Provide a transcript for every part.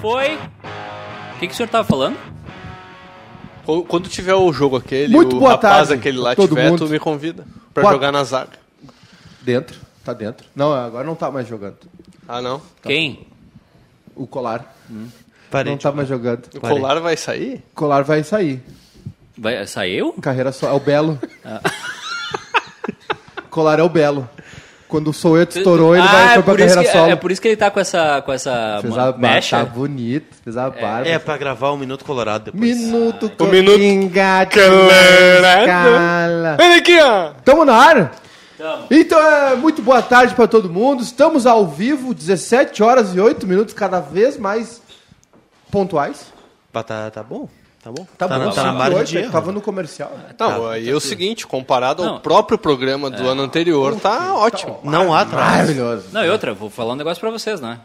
foi. O que, que o senhor tava falando? Tá. Qu- Quando tiver o jogo aquele, Muito o boa rapaz tarde aquele a lá todo tiver, mundo. tu me convida pra Boa- jogar na zaga. Dentro, tá dentro. Não, agora não tá mais jogando. Ah, não? Quem? O colar Parei. tipo, não tá mais jogando. O Parei. colar vai sair? O colar vai sair. Vai, saiu? Carreira só. É o Belo. Ah. Colar é o Belo. Quando o Soueto estourou, ele Ah, vai é foi pra por isso carreira que, solo. É por isso que ele tá com essa, com essa Fez ma- a mecha. Tá bonito, fez a barba. É, pra gravar o Minuto Colorado depois. Minuto O minuto Coringa de Colorado. escala. Vem aqui, ó! Tamo na área? Então é muito boa tarde pra todo mundo. Estamos ao vivo, 17 horas e 8 minutos, cada vez mais pontuais. Pá, Tá, tá bom? Tá bom? Tá na, bom, tá na cinco e margem oito, de é que erro. Ah, tá Tava no comercial. né? Não, aí é o seguinte, comparado ao Não. próprio programa do ano anterior, É. tá ótimo. Não há atraso. Maravilhoso. Não, e outra, vou falar um negócio pra vocês, né?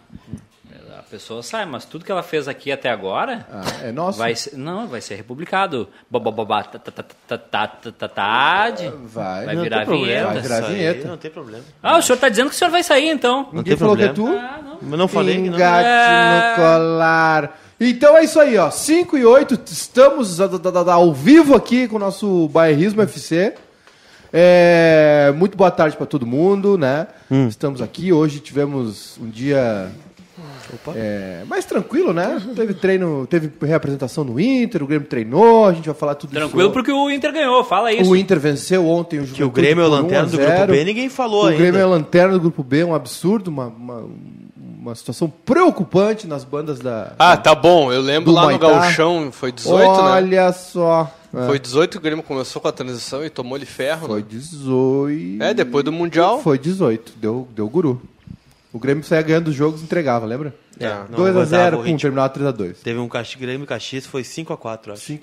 A pessoa sai, mas tudo que ela fez aqui até agora Ah, é nosso. vai ser, não, vai ser republicado. Babababá, tá, tá, tá, tá, tá, tá, tá, tarde. Vai. Vai Não virar tem vinheta. Vai virar Isso aí vinheta. Não tem problema. Ah, o senhor tá dizendo que o senhor vai sair então. Não Ninguém tem falou que é problema. tu? Mas não falei que não. Engate É. no colar. Então é isso aí, ó. 5 e 8, estamos a- a- a- ao vivo aqui com o nosso Bairrismo FC. É, muito boa tarde pra todo mundo, né? Hum. Estamos aqui. Hoje tivemos um dia é, mais tranquilo, né? Teve treino, teve reapresentação no Inter, o Grêmio treinou, a gente vai falar tudo Tranquilo isso. porque o Inter ganhou, fala isso. O Inter venceu ontem o um Que o Grêmio é o lanterna do grupo B, ninguém falou o ainda. Grêmio é lanterna do grupo B, um absurdo, uma, uma, uma situação preocupante nas bandas da. Ah, tá bom, eu lembro Do lá no Maitá. Gauchão, foi 18, né? Olha só. É, Foi 18 que o Grêmio começou com a transição e tomou-lhe ferro. foi Foi. 18. É, depois do Mundial. Foi 18. Deu, deu guru. O Grêmio saía ganhando os jogos e entregava, lembra? É, não 2x0, aguentava o pum, ritmo. terminava 3x2. Teve um Caxi, Grêmio e Caxias, foi 5x4, acho.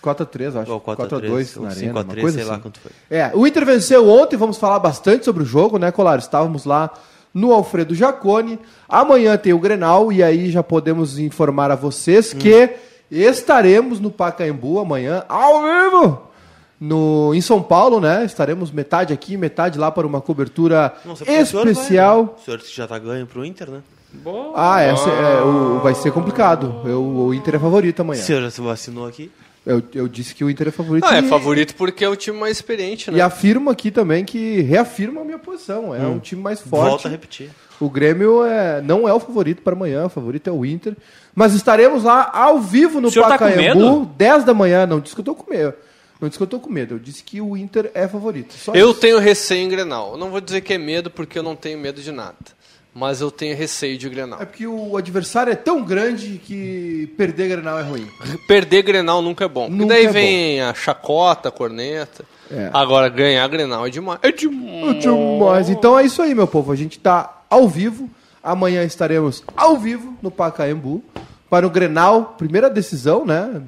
4x3, acho. Ou 4 a 3, 4x2 ou na 5 arena, a uma 3, coisa sei lá assim. quanto foi. É, o Inter venceu ontem, vamos falar bastante sobre o jogo, né, Colar? Estávamos lá no Alfredo Jacone. Amanhã tem o Grenal e aí já podemos informar a vocês Hum. que estaremos no Pacaembu amanhã, ao vivo, no, em São Paulo, né? Estaremos metade aqui, metade lá para uma cobertura Não sei porque o senhor vai, né? especial. O senhor já tá ganho pro Inter, né? Ah, essa, é, o, vai ser complicado. Eu, o Inter é favorito O amanhã. senhor já se vacinou aqui. Eu, eu disse que o Inter é favorito. Ah, é e- favorito porque é o time mais experiente, né? E afirmo aqui também que reafirma a minha posição. Hum. É um time mais Volta forte. a repetir. O Grêmio é, não é o favorito para amanhã, o favorito é o Inter. Mas estaremos lá ao vivo no O senhor tá com Pacaembu, medo? 10 da manhã. Não disse que eu tô com medo. Não disse que eu tô com medo. Eu disse que o Inter é favorito. Só Eu isso. tenho receio em Grenal. Eu não vou dizer que é medo, porque eu não tenho medo de nada. Mas eu tenho receio de Grenal. É porque o adversário é tão grande que perder Grenal é ruim. Perder Grenal nunca é bom. Porque Nunca daí é bom. vem a chacota, a corneta. É. Agora, ganhar Grenal é demais. É demais. Demais. Então é isso aí, meu povo. A gente tá ao vivo. Amanhã estaremos ao vivo no Pacaembu para o Grenal, primeira decisão, né?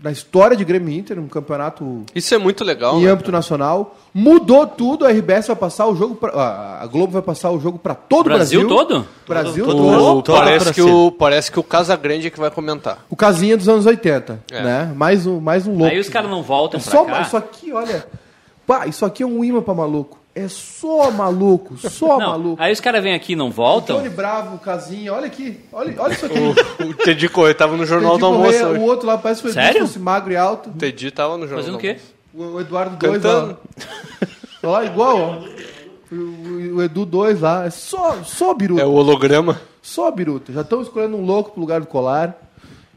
Na história de Grêmio e Inter, um campeonato Isso é muito legal. em né? âmbito nacional. Mudou tudo, a RBS vai passar o jogo pra, ah, a Globo vai passar o jogo pra todo o Brasil. Brasil todo? Brasil Todo- todo. todo o Brasil. O- Toda parece, pra que ser. o, parece que o Casagrande é que vai comentar. O casinha dos anos 80, É. né? Mais um, mais um louco. Aí os caras não voltam pra Só cá. isso aqui, olha. Pá, isso aqui é um imã pra maluco. É só maluco, só Não, maluco. Então aí os caras vêm aqui e não voltam. Tony Bravo, casinha, olha aqui. Olha, olha isso aqui. O Teddy Corrêa tava no Jornal Teddy do Almoço. Corrêa, o hoje. outro lá parece que o Edu Sério? fosse magro e alto. O Teddy tava no Jornal Fazendo o do quê? Almoço. O, o Eduardo 2 lá. Cantando. Olha lá, igual, ó. O, o- o Edu 2 lá. É só, só biruta. É o holograma. Só biruta. Já estão escolhendo um louco pro lugar do colar.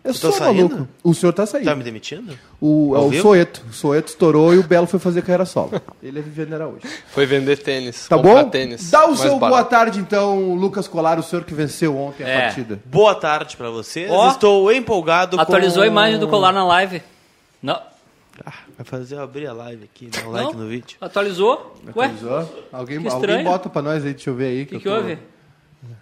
É tá só saindo? maluco. O senhor tá saindo. Tá me demitindo? O, é Ao o vivo? Soeto. O Soeto estourou e o Belo foi fazer carreira solo. Ele é Viviane Araújo. Foi vender tênis. Tá comprar bom? tênis. Dá o mais seu boa barato. tarde, então, Lucas Colar, o senhor que venceu ontem a É. partida. Boa tarde pra vocês. Ó. Estou empolgado Atualizou com... a imagem do colar na live. Não, Ah, vai fazer eu abrir a live aqui, dá um like não? no vídeo. Atualizou? Ué, o Avisou? Alguém, Que alguém estranho. bota pra nós aí, deixa eu ver aí. O que, que houve?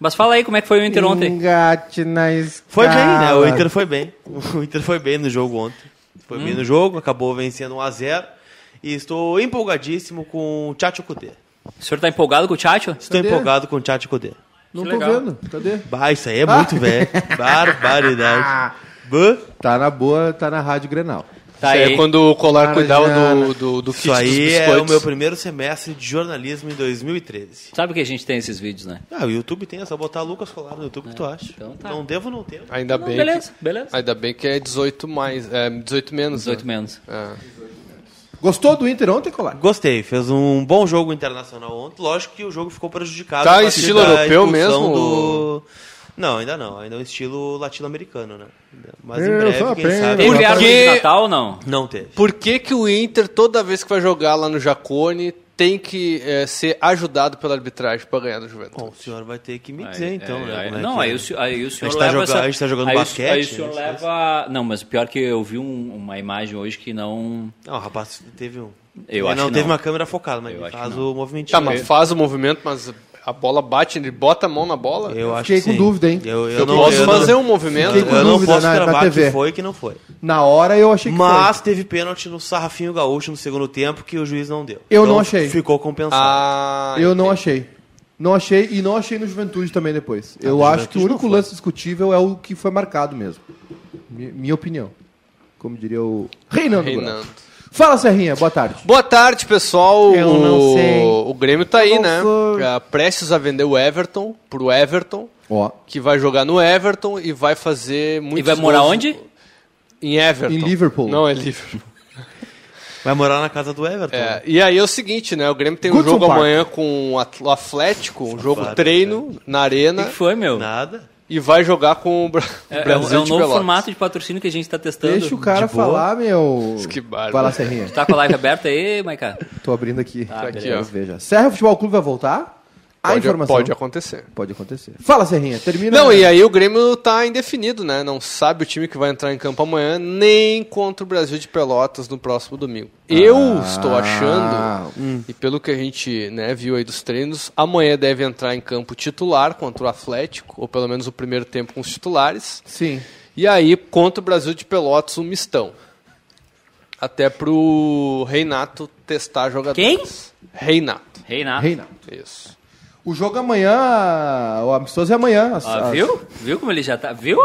Mas fala aí como é que foi o Inter ontem. Engate na escala. Foi bem, né? O Inter foi bem. O Inter foi bem no jogo ontem. Foi bem no jogo, acabou vencendo 1x0. E estou empolgadíssimo com o Tchatcho Kudê. O senhor tá empolgado com o Tchatcho? Estou Cadê? empolgado com o Tchatcho Kudê. Não Que tô legal. vendo. Cadê? Bah, isso aí é muito velho. Barbaridade. Bah. Tá na boa, tá na Rádio Grenal. Tá Isso aí aí. é quando o Colar Cara, cuidava Jana. do, do, do kit Isso aí dos é o biscoitos. meu primeiro semestre de jornalismo em 2013. Sabe que a gente tem esses vídeos, né? Ah, o YouTube tem, é só botar Lucas Colar no YouTube que tu acha. então tá. Não devo não ter. Ainda Não, bem. beleza, que, beleza. Ainda bem que é 18 mais. É 18 menos. 18 né? menos. É. Gostou do Inter ontem, Colar? Gostei, fez um bom jogo internacional ontem. Lógico que o jogo ficou prejudicado. Tá, a partir estilo da europeu expulsão mesmo? do- Não, ainda não. Ainda é um estilo latino-americano, né? Mas em É, Eu só breve, quem aprendo. sabe... Teve Porque- árvore de Natal ou não? Não teve. Por que, que o Inter, toda vez que vai jogar lá no Jacone, tem que é, ser ajudado pela arbitragem para ganhar no Juventude? Bom, o senhor vai ter que me Aí, dizer, então, é, né? aí- como é não, que é. aí o, se- aí o senhor tá leva joga- essa- a gente tá jogando aí o- basquete, Aí o senhor né, leva... Não, mas o pior é que eu vi um- uma imagem hoje que não... Não, o rapaz teve um... Eu Ele acho não que teve não. uma câmera focada, mas Eu ele acho faz que não. o movimento. Tá, mas faz o movimento, mas a bola bate, ele bota a mão na bola. Eu acho fiquei que com sim. dúvida, hein? Eu, eu Eu não, posso eu fazer não, um movimento. Fiquei com Eu não dúvida posso na- na cravar TV. que foi e que não foi. Na hora eu achei que Mas foi. teve pênalti no Sarrafinho Gaúcho no segundo tempo que o juiz não deu. Então, Eu não achei. Ficou compensado. Ah, eu não achei. Não achei e não achei no Juventude também depois. eu no acho que o Ah, Juventude único não foi. lance discutível é o que foi marcado mesmo. Mi- minha opinião. Como diria o Reinaldo. Reinaldo. Reinaldo. Fala, Serrinha. Boa tarde. Boa tarde, pessoal. Eu o... não sei. o Grêmio tá aí, Eu não né? sou. Ah, Prestes a vender o Everton pro Everton, Ó. que vai jogar no Everton e vai fazer muito. E vai morar onde? Em Everton. Em Liverpool. Não, é Liverpool. Vai morar na casa do Everton. Tá. É, e aí é o seguinte, né? O Grêmio tem Goodson um jogo Park. amanhã com o At- o Atlético, um jogo Safado, treino na O É. que arena que foi, meu? Nada. e vai jogar com o Bra- É, é um- Brasil é um de novo Pelotas. formato de patrocínio que a gente tá testando. Deixa o cara de boa. falar, meu. Que bárbaro. Vai lá, Serrinha. Tá com a live aberta aí, Maica? Tô abrindo aqui. Tá aqui, Deus ó. veja. Serra Futebol Clube vai voltar? A Pode, informação. pode acontecer. Pode acontecer. Fala, Serrinha. Termina. Não, é. e aí o Grêmio tá indefinido, né? Não sabe o time que vai entrar em campo amanhã, nem contra o Brasil de Pelotas no próximo domingo. Eu Ah. estou achando, Hum. e pelo que a gente né, viu aí dos treinos, amanhã deve entrar em campo titular contra o Atlético, ou pelo menos o primeiro tempo com os titulares. Sim. E aí, contra o Brasil de Pelotas, um mistão. Até pro Reinato testar jogadores. Quem? Reinato. Reinato. Reina. Isso. O jogo amanhã, o amistoso é amanhã. As- Ah, Ó, as- Ah, viu? Viu como ele já tá? Viu?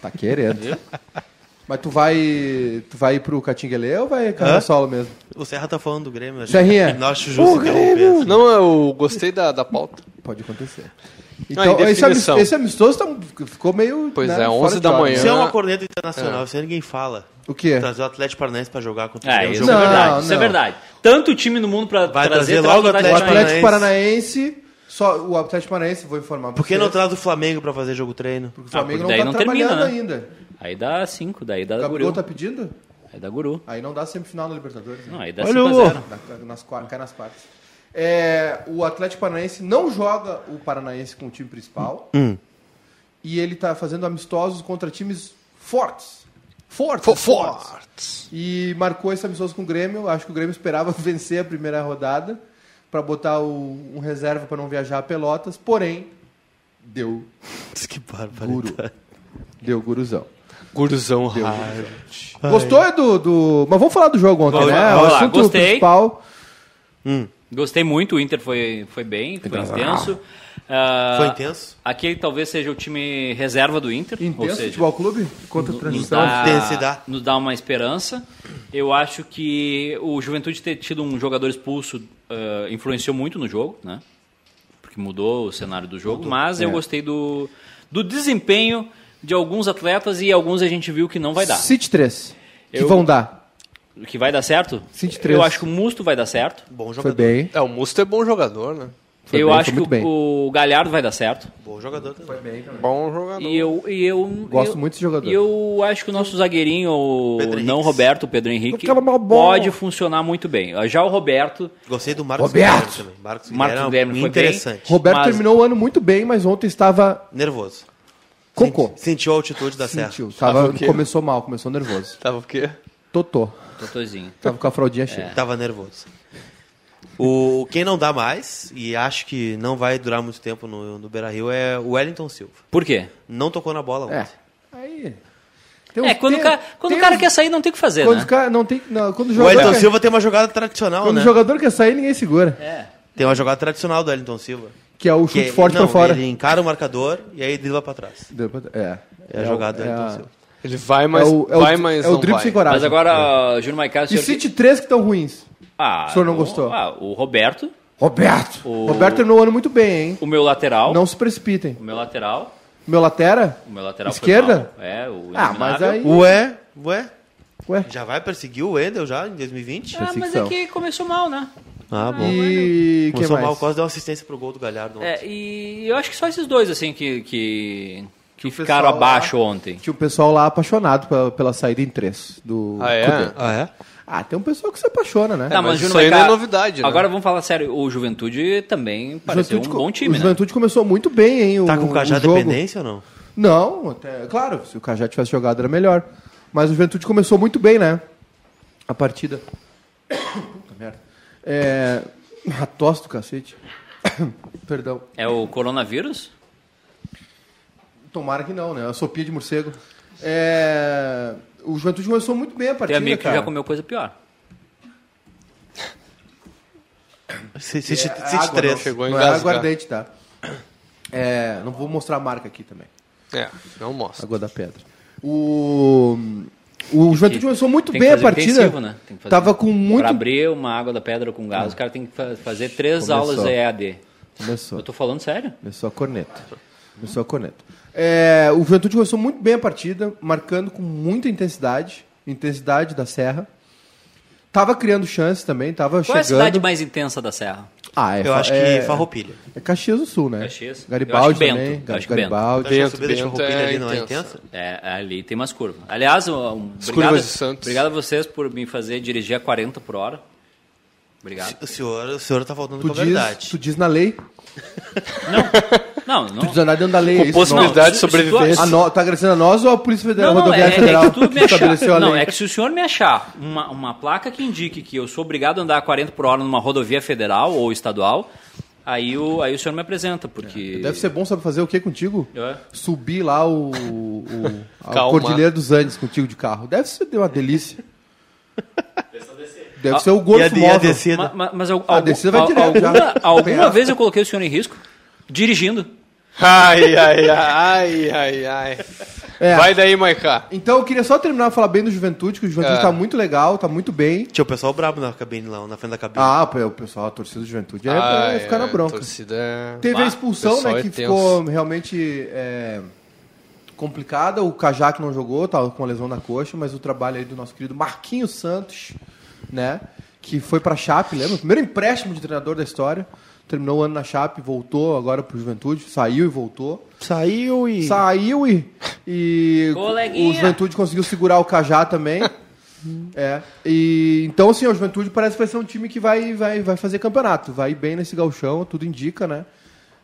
Tá querendo. Mas tu vai, tu vai ir pro Catinguelê ou vai carregar solo mesmo? O Serra tá falando do Grêmio. acho- Serrinha. Não acho O justo Grêmio. interromper. Não, eu gostei da, da pauta. Pode acontecer. Ah, Então, em esse, ami- definição. esse amistoso tá- ficou meio. Pois é, fora 11 de da hora. manhã. Isso é uma corneta internacional, isso aí ninguém fala. O quê? Trazer o Atlético Paranaense pra jogar contra o É, Grêmio. um isso Não, é verdade. Isso é não. verdade. Tanto time no mundo pra Vai trazer, trazer traz logo o O Atlético Atlético Paranaense. Atlético Paranaense. Só o Atlético Paranaense, vou informar. Por que não é vocês, traz o Flamengo pra fazer jogo treino? porque O Flamengo Ah, não daí tá não termina, trabalhando né? ainda. Aí dá 5, daí O dá Gabigol guru. tá pedindo? Aí dá guru. Aí não dá semifinal na Libertadores. né? Não, aí dá Olha 5 a o- 0. Na- nas, quar- cai nas quartas. É, o Atlético Paranaense não joga o Paranaense com o time principal. E ele tá fazendo amistosos contra times fortes. Fortes. Fortes. E marcou esse amistoso com o Grêmio. Acho que o Grêmio esperava vencer a primeira rodada para botar o- um reserva para não viajar a Pelotas. Porém, deu Que guru. barbaridade. Deu guruzão. Guruzão Gostou, Edu? Do... Mas vamos falar do jogo ontem, Vamos né? lá, o vamos lá. assunto Gostei. principal. Gostei muito, o Inter foi, foi bem, foi intenso. Então, Ah, Foi intenso? Aquele talvez seja o time reserva do Inter. ou Intenso seja, Futebol Clube? Contra a nos transição. dá, Intensidade. nos dá uma esperança. Eu acho que o Juventude ter tido um jogador expulso ah, influenciou muito no jogo, né? Porque mudou o cenário do jogo, mas É. eu gostei do, do desempenho de alguns atletas e alguns a gente viu que não vai dar. City 3. Que Eu- vão dar. Que vai dar certo? City três. Eu acho que o Musto vai dar certo. Bom Foi jogador. bem. É, o Musto é bom jogador, né? Foi eu bem, acho foi muito que bem. o, o Galhardo vai dar certo. Bom jogador também. Tá Bom jogador. E eu, e eu Gosto eu- muito desse jogador. E eu acho que o nosso zagueirinho, o Pedro Henrique. não Roberto, o Pedro Henrique, Aquela mal é bola. pode funcionar muito bem. Já o Roberto, Gostei do Marcos Roberto! Guilherme também. Marcos Marcos Guilherme, Guilherme é foi interessante. Roberto Mas- terminou o ano muito bem, mas ontem estava Nervoso. cocô. Senti- Sentiu a altitude da serra. Sentiu. Tava, Tava o quê? começou mal, começou nervoso. Tava tá o quê? Totô. Totozinho. Tava com a É. fraldinha cheia. É. Tava nervoso. O, quem não dá mais, e acho que não vai durar muito tempo no, no Beira Rio, é o Wellington Silva. Por quê? Não tocou na bola ontem. É. Aí. Tem uns- É, quando, tem- o, ca- quando tem o cara uns- quer sair, não tem o que fazer, Quando né? o cara não tem. não, quando o O jogador, Wellington quer, Silva tem uma jogada tradicional, quando né? o jogador quer sair, ninguém segura. É. Tem uma jogada tradicional do Wellington Silva. Que é o Que chute forte não, pra fora. Ele encara o marcador e aí dribla pra trás. Deu pra- É. É a jogada é do então, Wellington a- Silva. Ele vai, mas, é o, é o, vai, mas é o não drible vai. sem coragem. Mas agora, Júnior Maicá... E cite três que estão ruins. Ah, o senhor não gostou? Ah, o Roberto, Roberto! O- Roberto terminou o ano muito bem, hein? o meu lateral. Não se precipitem. O meu lateral. Meu Latera? O meu lateral foi Esquerda? mal. É, o Ah, mas inominável. aí- Ué, ué. Ué. Já vai perseguir o Wendel já em 2020? Ah, mas é que começou mal, né? Ah, E quem Começou mais? mal, o Costa deu assistência pro gol do Galhardo ontem. É, e eu acho que só esses dois, assim, que, que, que o ficaram pessoal lá- abaixo ontem. Tinha um pessoal lá apaixonado pela, pela saída em três do Ah, é? Cudê. Ah, é? Ah, tem um pessoal que se apaixona, né? Tá, mas Júnior isso aí não Maiká- é novidade, né? Agora vamos falar sério, o Juventude também pareceu Juventude um co- bom time, o né? Juventude começou muito bem, hein? O, Tá com cajá o jogo. dependência ou não? Não, até, claro, se o Cajá tivesse jogado era melhor. Mas o Juventude começou muito bem, né? A partida. Puta merda. É, a tosse do cacete. Perdão. É o coronavírus? Tomara que não, né? A sopinha de morcego. É, o Juventude começou muito bem a Tem partida, amigo que cara. já comeu coisa pior. Se- se- É, se- é se- água, três. não, Chegou a não é engasgar. aguardente, tá? É, não vou mostrar a marca aqui também. É, não mostra. Água da Pedra. O, o Juventude começou muito Tem que bem a fazer partida. intensivo, né? Tem que fazer. Tava com muito. Pra abrir uma água da pedra com gás, o cara tem que fa- fazer três Começou. aulas EAD. Eu Começou. tô falando sério? Começou a corneta. Começou a corneta. É, o Juventude começou muito bem a partida, marcando com muita intensidade intensidade da Serra. Tava criando chances também, tava Qual é a chegando. cidade mais intensa da Serra? Ah, é, Eu fa- acho que é, Farroupilha. é Caxias do Sul, né? Caxias. Eu acho Garibaldi que Bento. também. Eu acho que Bento. Eu Garibaldi. acho que a Bento, subida de Bento Farroupilha é ali não é intensa. intensa? É, ali tem umas curvas. Aliás, um, As obrigado, curvas de Santos. obrigado a vocês por me fazer dirigir a 40 por hora. Obrigado. O senhor, o senhor tá faltando Tu com é a diz, verdade. tu diz na lei. Não, não. Tu diz andar dentro da lei. é isso? Composto- Não. possibilidade de se- se tu- sobrevivência. A no- tá agradecendo a nós ou a Polícia Federal Não, não, é, Rodoviária é Federal que tu me estabeleceu a achar, não, lei? é que se o senhor me achar uma, uma placa que indique que eu sou obrigado a andar a 40 por hora numa rodovia federal ou estadual, aí o, aí o senhor me apresenta, porque... Deve ser bom saber fazer o que contigo? É. Subir lá o, o a Calma. Cordilheira dos Andes contigo de carro. Deve ser uma delícia. Ah, Deve ser o E a, Golfo e a Móvel. descida? Ma- ma- mas al- A algum- descida Ah, vai al- direto já. Tá alguma, alguma Penhasco. vez eu coloquei o senhor em risco? Dirigindo. Ai, ai, ai, ai, ai. É. Vai daí, Maiká. Então eu queria só terminar de falar bem do Juventude, que o Juventude É. tá muito legal, tá muito bem. Tinha o pessoal brabo na cabine lá, na frente da cabine. Ah, o pessoal, a torcida do Juventude é, Ah, pra Ai, ficar na ai, bronca. torcida é- Teve Bah, a expulsão, pessoal né, é que tenso. ficou realmente é, complicada. O Cajá que não jogou, tava com uma lesão na coxa, mas o trabalho aí do nosso querido Marquinhos Santos, né, que foi pra Chape, lembra? O primeiro empréstimo de treinador da história. Terminou o ano na Chape, voltou agora pro Juventude, saiu e voltou. Saiu e. Saiu e, e Coleguinha. o Juventude conseguiu segurar o Cajá também. é. E, então, assim, o Juventude parece que vai ser um time que vai, vai, vai fazer campeonato. Vai ir bem nesse galchão, tudo indica, né?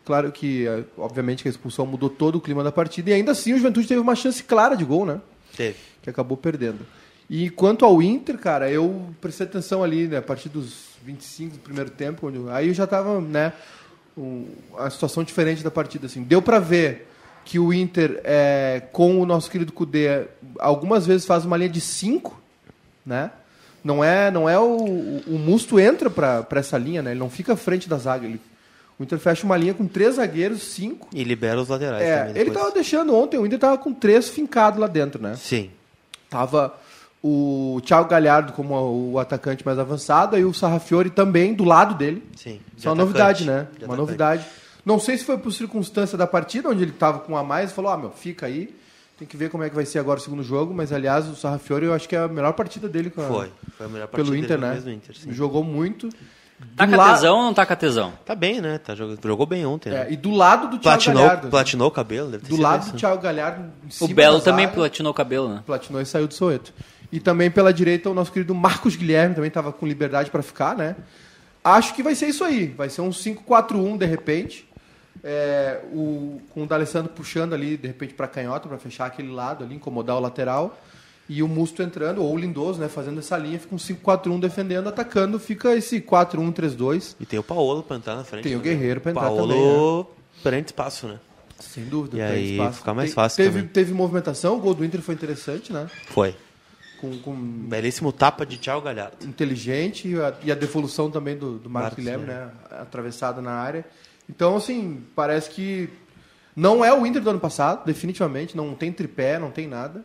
Claro que, eh, obviamente, que a expulsão mudou todo o clima da partida. E ainda assim, o Juventude teve uma chance clara de gol, né? Teve. que acabou perdendo. E quanto ao Inter, cara, eu prestei atenção ali, né, a partir dos 25 do primeiro tempo, onde, aí eu já tava, né, um, a situação diferente da partida, assim. Deu pra ver que o Inter, é, com o nosso querido Cudê, algumas vezes faz uma linha de 5, né, não é, não é o, o o Musto entra pra pra essa linha, né, ele não fica à frente da zaga, ele, o Inter fecha uma linha com três zagueiros, cinco. E libera os laterais É, também. ele depois. tava deixando ontem, o Inter tava com três fincados lá dentro, né? Sim. Tava o Thiago Galhardo como o atacante mais avançado e o Sarrafiori também do lado dele. Sim, tá de Isso é uma atacante, novidade, de né? Uma atacante. novidade. Não sei se foi por circunstância da partida, onde ele tava com um a mais e falou, ah, meu, fica aí. Tem que ver como é que vai ser agora o segundo jogo, mas aliás, o Sarrafiori eu acho que é a melhor partida dele com a- Foi. Foi a melhor partida pelo Inter, dele né? mesmo Inter, sim. Jogou muito. Tá Do com la- tesão ou não tá com tesão? Tá bem, né? Tá jogando, jogou bem ontem. né? É, e do lado do Thiago Platinou, Galhardo. platinou o cabelo, deve ter Do sido lado um isso. do Thiago Galhardo. em O cima Belo da também zaga. platinou o cabelo, né? platinou e saiu do Soweto. E também pela direita o nosso querido Marcos Guilherme também estava com liberdade para ficar, né? Acho que vai ser isso aí. Vai ser um 5-4-1 de repente. É, o, com o D'Alessandro puxando ali de repente para canhota para fechar aquele lado ali, incomodar o lateral. E o Musto entrando, ou o Lindoso, né? Fazendo essa linha, fica um 5-4-1 defendendo, atacando, fica esse 4-1-3-2. E tem o Paolo pra entrar na frente. Tem o também. Guerreiro pra entrar Paolo prende espaço, né? Sem dúvida. E tem aí espaço. fica mais Te- fácil Teve, também. teve movimentação, o gol do Inter foi interessante, né? Foi. Com- com Belíssimo tapa de Thiago Galhardo. inteligente e a, e a devolução também do, do Marcos Marcos Guilherme, né? Atravessada na área. Então, assim, parece que não é o Inter do ano passado, definitivamente. Não tem tripé, não tem nada.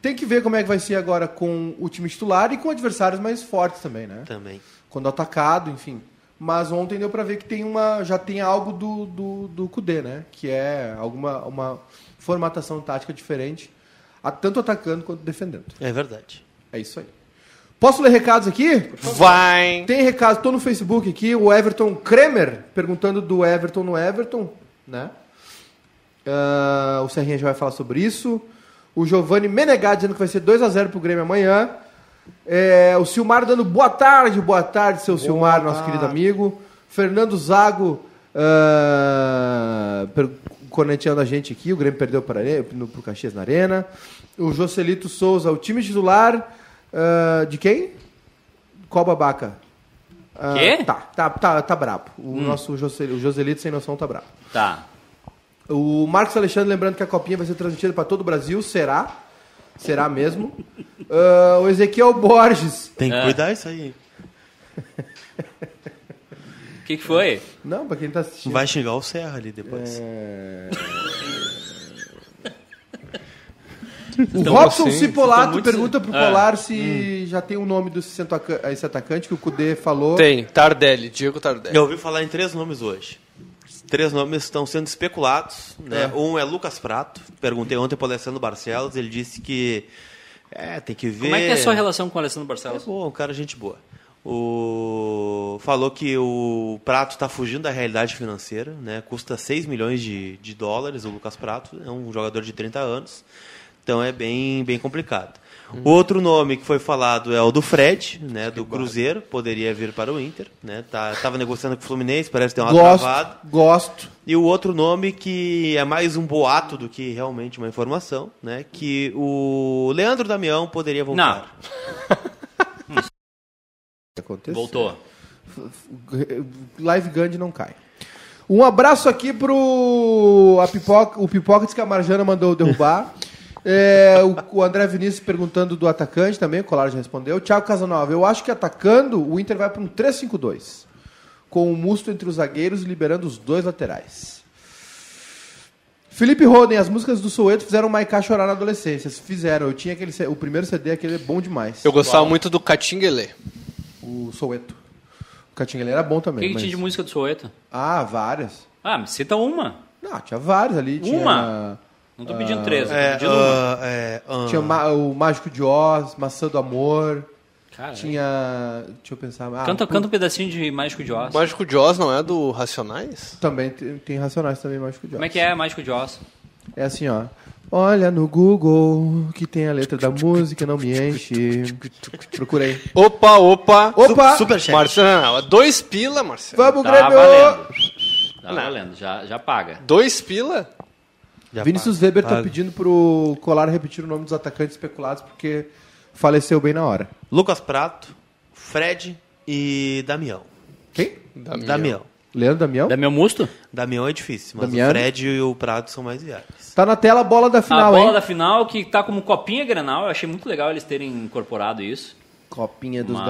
Tem que ver como é que vai ser agora com o time titular e com adversários mais fortes também, né? Também. Quando atacado, enfim. Mas ontem deu pra ver que tem uma, já tem algo do, do, do Kudê, né? Que é alguma uma formatação tática diferente, a- tanto atacando quanto defendendo. É verdade. É isso aí. Posso ler recados aqui? Vai! Tem recado, tô no Facebook aqui, o Everton Kremer perguntando do Everton no Everton, né? Ah, o Serrinha já vai falar sobre isso. O Giovanni Menegatti dizendo que vai ser 2x0 pro Grêmio amanhã. É, o Silmar dando boa tarde, boa tarde, seu Silmar, nosso querido amigo. Fernando Zago ah, per- corneteando a gente aqui. O Grêmio perdeu para are- no, pro Caxias na Arena. O Jocelito Souza, o time titular ah, de quem? Qual babaca? Ah, Quê? Tá, tá, tá, tá brabo. O nosso Joselito, o Joselito sem noção tá brabo. Tá. O Marcos Alexandre, lembrando que a copinha vai ser transmitida para todo o Brasil, será? Será mesmo? Ah, o Ezequiel Borges. Tem que É. cuidar isso aí. O que, que foi? Não, pra quem tá assistindo. Vai xingar o Serra ali É. depois. O Robson vocês estão Cipolato muito- pergunta pro É. Polar se já tem o nome do esse ataca- esse atacante que o Kudê falou. Tem, Tardelli, Diego Tardelli. Eu ouvi falar em três nomes hoje. Três nomes estão sendo especulados. Né? Um é Lucas Prato. Perguntei ontem para Alessandro Barcelos. Ele disse que. É, tem que ver. Como é que é a sua relação com o Alessandro Barcelos? É boa, um cara gente boa. O... Falou que o Prato está fugindo da realidade financeira, né? Custa 6 milhões de, de dólares o Lucas Prato, é um jogador de 30 anos, então é bem, bem complicado. Outro nome que foi falado é o do Fred, né? Do Cruzeiro, poderia vir para o Inter, né? Tá, tava negociando com o Fluminense, parece que deu uma Gosto, travada. gosto. E o outro nome que é mais um boato do que realmente uma informação, né? Que o Leandro Damião poderia voltar. Não. Aconteceu. Voltou. Live Gandhi não cai. Um abraço aqui pro a pipoca, o Pipoca diz que a Marjana mandou derrubar. É, o, o André Vinícius perguntando do atacante também, o Colar já respondeu. Thiago Casanova, eu acho que atacando, o Inter vai para um 3-5-2. Com o musto entre os zagueiros e liberando os dois laterais. Felipe Roden, as músicas do Soueto fizeram o Maiká chorar na adolescência. Fizeram, eu tinha aquele, C- o primeiro CD, aquele é bom demais. Eu gostava muito do Catinguelê. O Soueto. O Catinguele era bom O também. que, que mas- tinha de música do Soweto? Ah, várias. Ah, me cita uma. Não, tinha várias ali. Tinha, Uma? Não tô Ah, pedindo três, eu tô É, pedindo uma. ah, é, ah. Tinha Ma- o Mágico de Oz, Maçã do Amor. Cara, Tinha. Deixa eu pensar. Ah, canta, o- canta um pedacinho de Mágico de Oz. Mágico de Oz não é do Racionais? Também tem, tem Racionais também, Mágico de Oz. Como é que é Mágico de Oz? É assim, ó. Olha no Google que tem a letra da música, não me enche. Procurei. Opa, opa! Opa! Superchat. Marcelo, não, não, dois pila, Marcelo. Vamos, Tá Grêmio! valendo. Tá Não. valendo, já, já paga. Dois pila? Já Ah, Vinícius paga. Weber tá Paga. pedindo pro Colar repetir o nome dos atacantes especulados porque faleceu bem na hora. Lucas Prato, Fred e Damião. Quem? Damião. Damião. Leandro Damião? Dá meu musto? Damião é difícil, mas Damião? o Fred e o Prato são mais viáveis. Tá na tela a bola da a final, bola hein? da final, que tá como copinha granal, eu achei muito legal eles terem incorporado isso. Copinha dos Uma,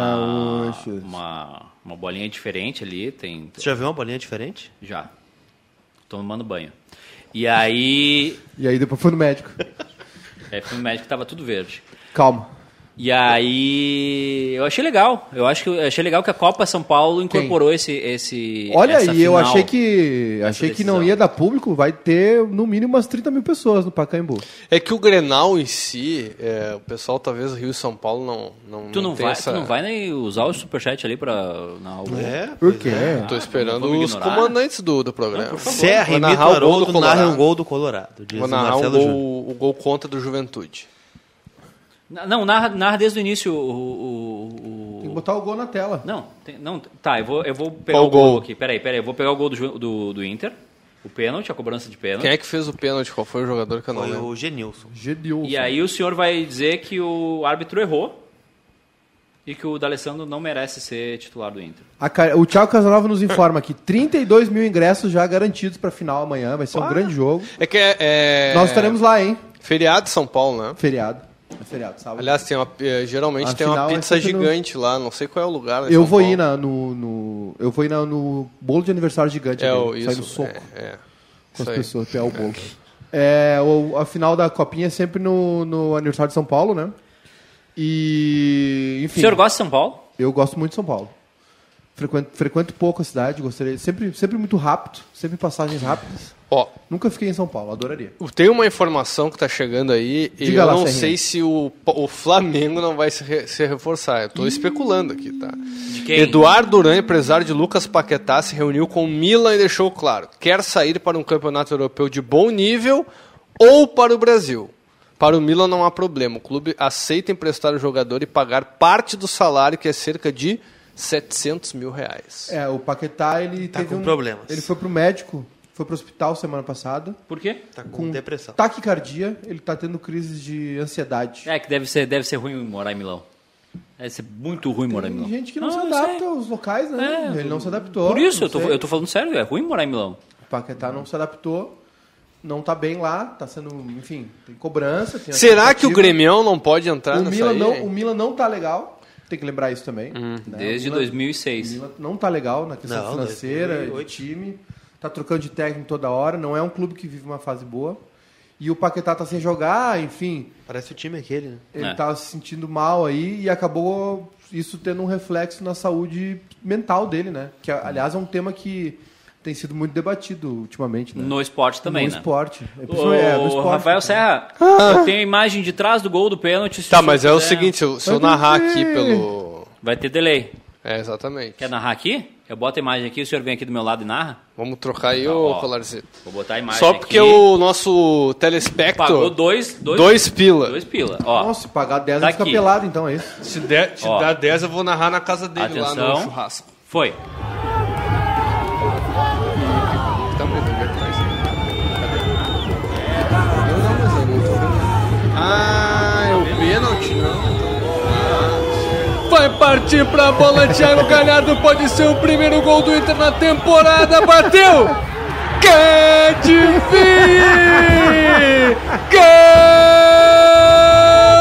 gaúchos. uma, uma bolinha diferente ali, tem. Você já viu uma bolinha diferente? Já. Tomando banho. E aí. E aí depois foi no médico. É, fui no médico tava tudo verde. Calma. E aí, eu achei legal. Eu acho que eu achei legal que a Copa São Paulo incorporou esse esse Olha essa aí, eu final. achei que achei que não decisão. ia dar público, vai ter no mínimo umas 30 mil pessoas no Pacaembu. É que o Grenal em si, é, o pessoal talvez Rio e São Paulo não não tu não tem vai, essa... tu não vai nem usar o superchat ali para na Por pois quê? é. Ah, Tô não esperando vamos os ignorar. comandantes do, do programa. Serra Vou e narrar Mito o gol do Haroldo Colorado. narram o gol do Colorado, diz Vou o narrar o Marcelo Júnior. gol, o gol contra do Juventude. Na- Não, narra, narra desde o início o, o- Tem que o- o- botar o gol na tela. Não, tem- não, tá, eu vou eu vou pegar Qual o gol, gol? aqui. Peraí, peraí, eu vou pegar o gol do Ju- do, do Inter, o pênalti, a cobrança de pênalti. Quem é que fez o pênalti? Qual foi o jogador que eu não Foi lembro? o Genilson. Gedeon. E aí o senhor vai dizer que o árbitro errou e que o D'Alessandro não merece ser titular do Inter. A ca- o Thiago Casanova nos informa que 32 mil ingressos já garantidos pra final amanhã, vai ser um grande jogo. É que é, é- Nós estaremos lá, hein? Feriado em São Paulo, né? Feriado. É feriado, sábado. Aliás, tem uma, eh, geralmente A tem uma final é pizza sempre no- gigante lá, não sei qual é o lugar. né, eu São vou Paulo. ir na, no, no- eu vou ir na- no bolo de aniversário gigante, É, ali, o, sair isso, no soco é, é. com as Isso aí. pessoas, pegar o bolo. É, o- a final da Copinha é sempre no, no aniversário de São Paulo, né? E, O enfim, senhor gosta de São Paulo? eu gosto muito de São Paulo. Frequento, frequento pouco a cidade, gostaria. Sempre, sempre muito rápido, sempre passagens rápidas. Ó, Nunca fiquei em São Paulo, adoraria. tem uma informação que tá chegando aí e Diga eu lá, não Serrinha. sei se o, o Flamengo não vai se, re- se reforçar. Eu tô especulando aqui, tá? De quem? Eduardo Duran, empresário de Lucas Paquetá, se reuniu com o Milan e deixou claro: quer sair para um campeonato europeu de bom nível ou para o Brasil. Para o Milan não há problema. O clube aceita emprestar o jogador e pagar parte do salário, que é cerca de 700 mil reais. É, o Paquetá, ele Tá teve com um, problemas. Ele foi pro médico, foi pro hospital semana passada. Por quê? Tá com, depressão. Taquicardia, ele tá tendo crises de ansiedade. É que deve ser, deve ser ruim morar em Milão. Deve ser muito ruim morar em Tem Milão. gente que não, eu se adapta sei. aos locais, né? É, ele não se adaptou. Por isso, eu tô, não sei. eu tô falando sério, é ruim morar em Milão. O Paquetá não se adaptou, não tá bem lá, tá sendo, enfim, tem cobrança. tem Será que o é expectativa. Grêmio não pode entrar O nessa Milan, aí, Hum, não, hein? o Milan não tá legal, tem que lembrar isso também. né? Desde o Milan, 2006. O Milan não tá legal na questão Não, financeira, 2008. de time, tá trocando de técnico toda hora, não é um clube que vive uma fase boa. E o Paquetá tá sem jogar, enfim, Parece o time aquele, né? ele É. tá se sentindo mal aí e acabou isso tendo um reflexo na saúde mental dele, né? Que, aliás, é um tema que tem sido muito debatido ultimamente, né? No esporte também, no né? esporte. É, O, principalmente- é, no esporte. Rafael Serra, eu tenho a imagem de trás do gol do pênalti. se Ah. Tá, senhor mas é o quiser. seguinte: se eu, se eu Mas não narrar sei. aqui pelo. Vai ter delay. É, exatamente. Quer narrar aqui? Eu boto a imagem aqui, o senhor vem aqui do meu lado e narra? Vamos trocar aí, ó. ô Colarzito. Vou botar a imagem Só porque aqui. o nosso Pagou telespecto. dois, dois, Dois pila. dois pila. Ó, Nossa, se pagar 10 Tá ele fica aqui. pelado, então, é isso. Se der, te Ó. dar 10, eu vou narrar na casa dele lá Atenção. no churrasco. foi. Tá muito bem atrás. Eu não, mas eu não tô vendo. Ah, é o pênalti, não. Vai partir pra bola, Thiago Galhardo. Pode ser o primeiro gol do Inter na temporada. Bateu! é Cadivi! é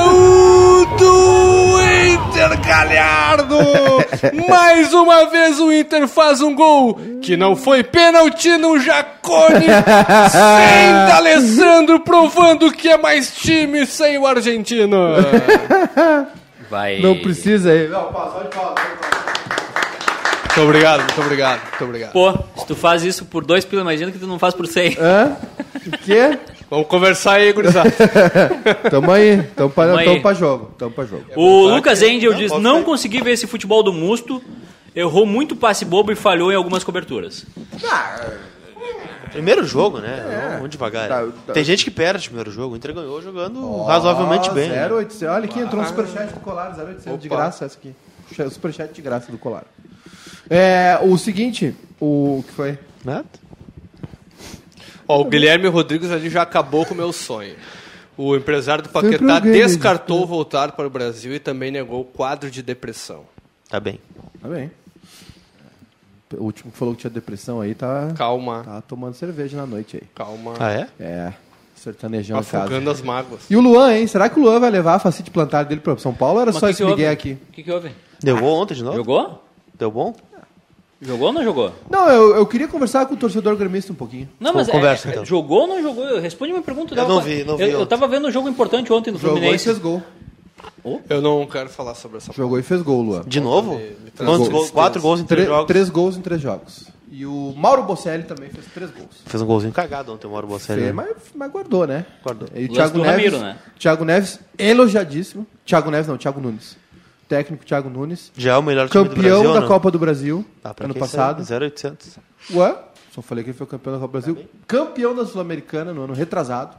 Gol do Inter Galhardo! Mais uma vez o Inter faz um gol que não foi pênalti no Jacone. Sem D'Alessandro provando que é mais time sem o argentino. Vai. Não precisa aí. Muito obrigado, muito obrigado, muito obrigado. Pô, se tu faz isso por dois pila, imagina que tu não faz por cem. Hã? O quê? Vamos conversar aí, gurizada. Tamo aí. Tamo pra, Tamo aí. tamo pra jogo. Tamo pra jogo. O Lucas Angel diz: posso não ver." consegui ver esse futebol do Musto, errou muito passe bobo e falhou em algumas coberturas. É Primeiro jogo, né? Vamos devagar. Tá, tá. Tem gente que perde o primeiro jogo. O Inter ganhou jogando razoavelmente Ó, bem. né? 0,800. Ah, Olha aqui, entrou um superchat do Colar, 0,800 de Opa. graça essa aqui. Che- Superchat de graça do Colar. É, o seguinte, o o que foi? Nada. Ó, o Guilherme Rodrigues ali já acabou com o meu sonho. O empresário do Paquetá alguém, descartou voltar para o Brasil e também negou o quadro de depressão. Tá bem. Tá bem. O último que falou que tinha depressão aí tá, Calma, tá tomando cerveja na noite aí. calma. Ah, é? um É, sertanejando Tá Afogando casa. as mágoas. E o Luan, hein? Será que o Luan vai levar a facite plantar dele pra São Paulo ou era Mas só que esse que houve? Miguel aqui? O que, que houve? Deu bom ontem de novo? Jogou? Deu bom? Jogou ou não jogou? Não, eu, eu queria conversar com o torcedor gremista um pouquinho. Não, Com- mas é- conversa, é, então. jogou ou não jogou? Eu- Responde minha pergunta. Eu tava não fa- vi, não vi Eu, eu ontem. tava vendo um jogo importante ontem do Jogou e Fluminense. fez gol. Eu não quero falar sobre essa Jogou e fez gol, Luan. De novo? traz Quantos gols, gols? Quatro gols em três Tre- jogos. Três gols em três jogos. E o Mauro Bocelli também fez três gols. Fez um golzinho cagado ontem, o Mauro Bocelli. Fez, né? mas, mas guardou, né? Guardou. E o Lance Thiago do Neves, Ramiro, né? Thiago Neves, elogiadíssimo. Thiago Neves não, Thiago Nunes. Técnico Thiago Nunes. Já é o melhor time do Campeão Brasil, da né? Copa do Brasil Ah, pra ano que isso aí? passado. 0,800. Ué, só falei que ele foi campeão da Copa do Brasil. Campeão da Sul-Americana no ano retrasado.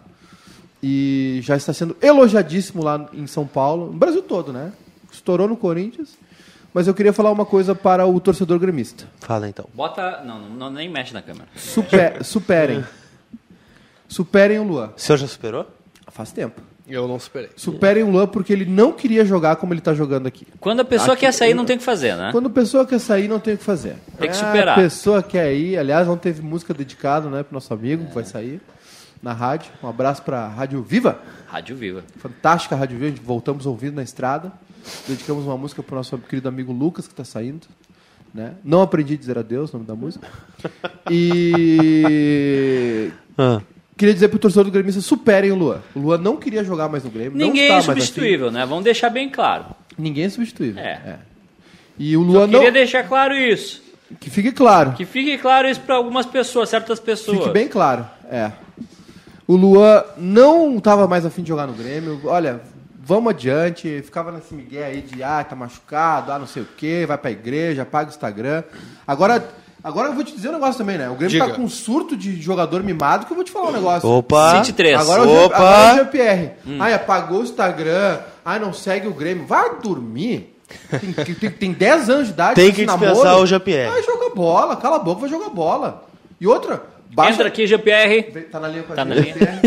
E já está sendo elogiadíssimo lá em São Paulo, no Brasil todo, né? Estourou no Corinthians. Mas eu queria falar uma coisa para o torcedor gremista. Fala então. Bota. Não, não, não, nem mexe na câmera. Supe- superem. Superem o Luan. O senhor já superou? Faz tempo. Eu não superei. Superem o Luan porque ele não queria jogar como ele tá jogando aqui. Quando a pessoa quer sair, não tem o que fazer, né? Quando a pessoa quer sair, não tem o que fazer. Tem que Ah, superar. A pessoa quer ir. Aliás, não teve música dedicada, né, pro nosso amigo É. que vai sair na rádio. Um abraço pra Rádio Viva. Rádio Viva. tá Fantástica Rádio Viva. A gente voltamos ouvindo na estrada. Dedicamos uma música pro nosso querido amigo Lucas que tá saindo. Né? Não aprendi a dizer adeus, o nome da música. E Ah. o Queria dizer pro torcedor do gremista, superem o Luan. O Luan não queria jogar mais no Grêmio. Ninguém não é está mais substituível, né? Vamos deixar bem claro. assim. Ninguém é substituível. É. E o Luan não... Queria deixar claro isso. Que fique claro. Que fique claro isso para algumas pessoas, certas pessoas. Fique bem claro. É. O Luan não tava mais afim de jogar no Grêmio. Olha, vamos adiante. Ficava nesse migué aí de ah, tá machucado, ah, não sei o quê, vai pra igreja, paga o Instagram. Agora, agora eu vou te dizer um negócio também, né? O Grêmio Diga. tá com um surto de jogador mimado que eu vou te falar um negócio. Opa! 23. Agora é o Jean- Opa! agora o Jean-Pierre. Hum. Ai, apagou o Instagram. Ai, não segue o Grêmio. Vai dormir. Tem, que- tem, tem 10 anos de idade. Tem esse que dispensar o Jean-Pierre. Vai jogar bola. Cala a boca, vai jogar bola. E outra... baixa- Entra aqui, GPR. Vem- Tá na linha com a Tá na gente. né?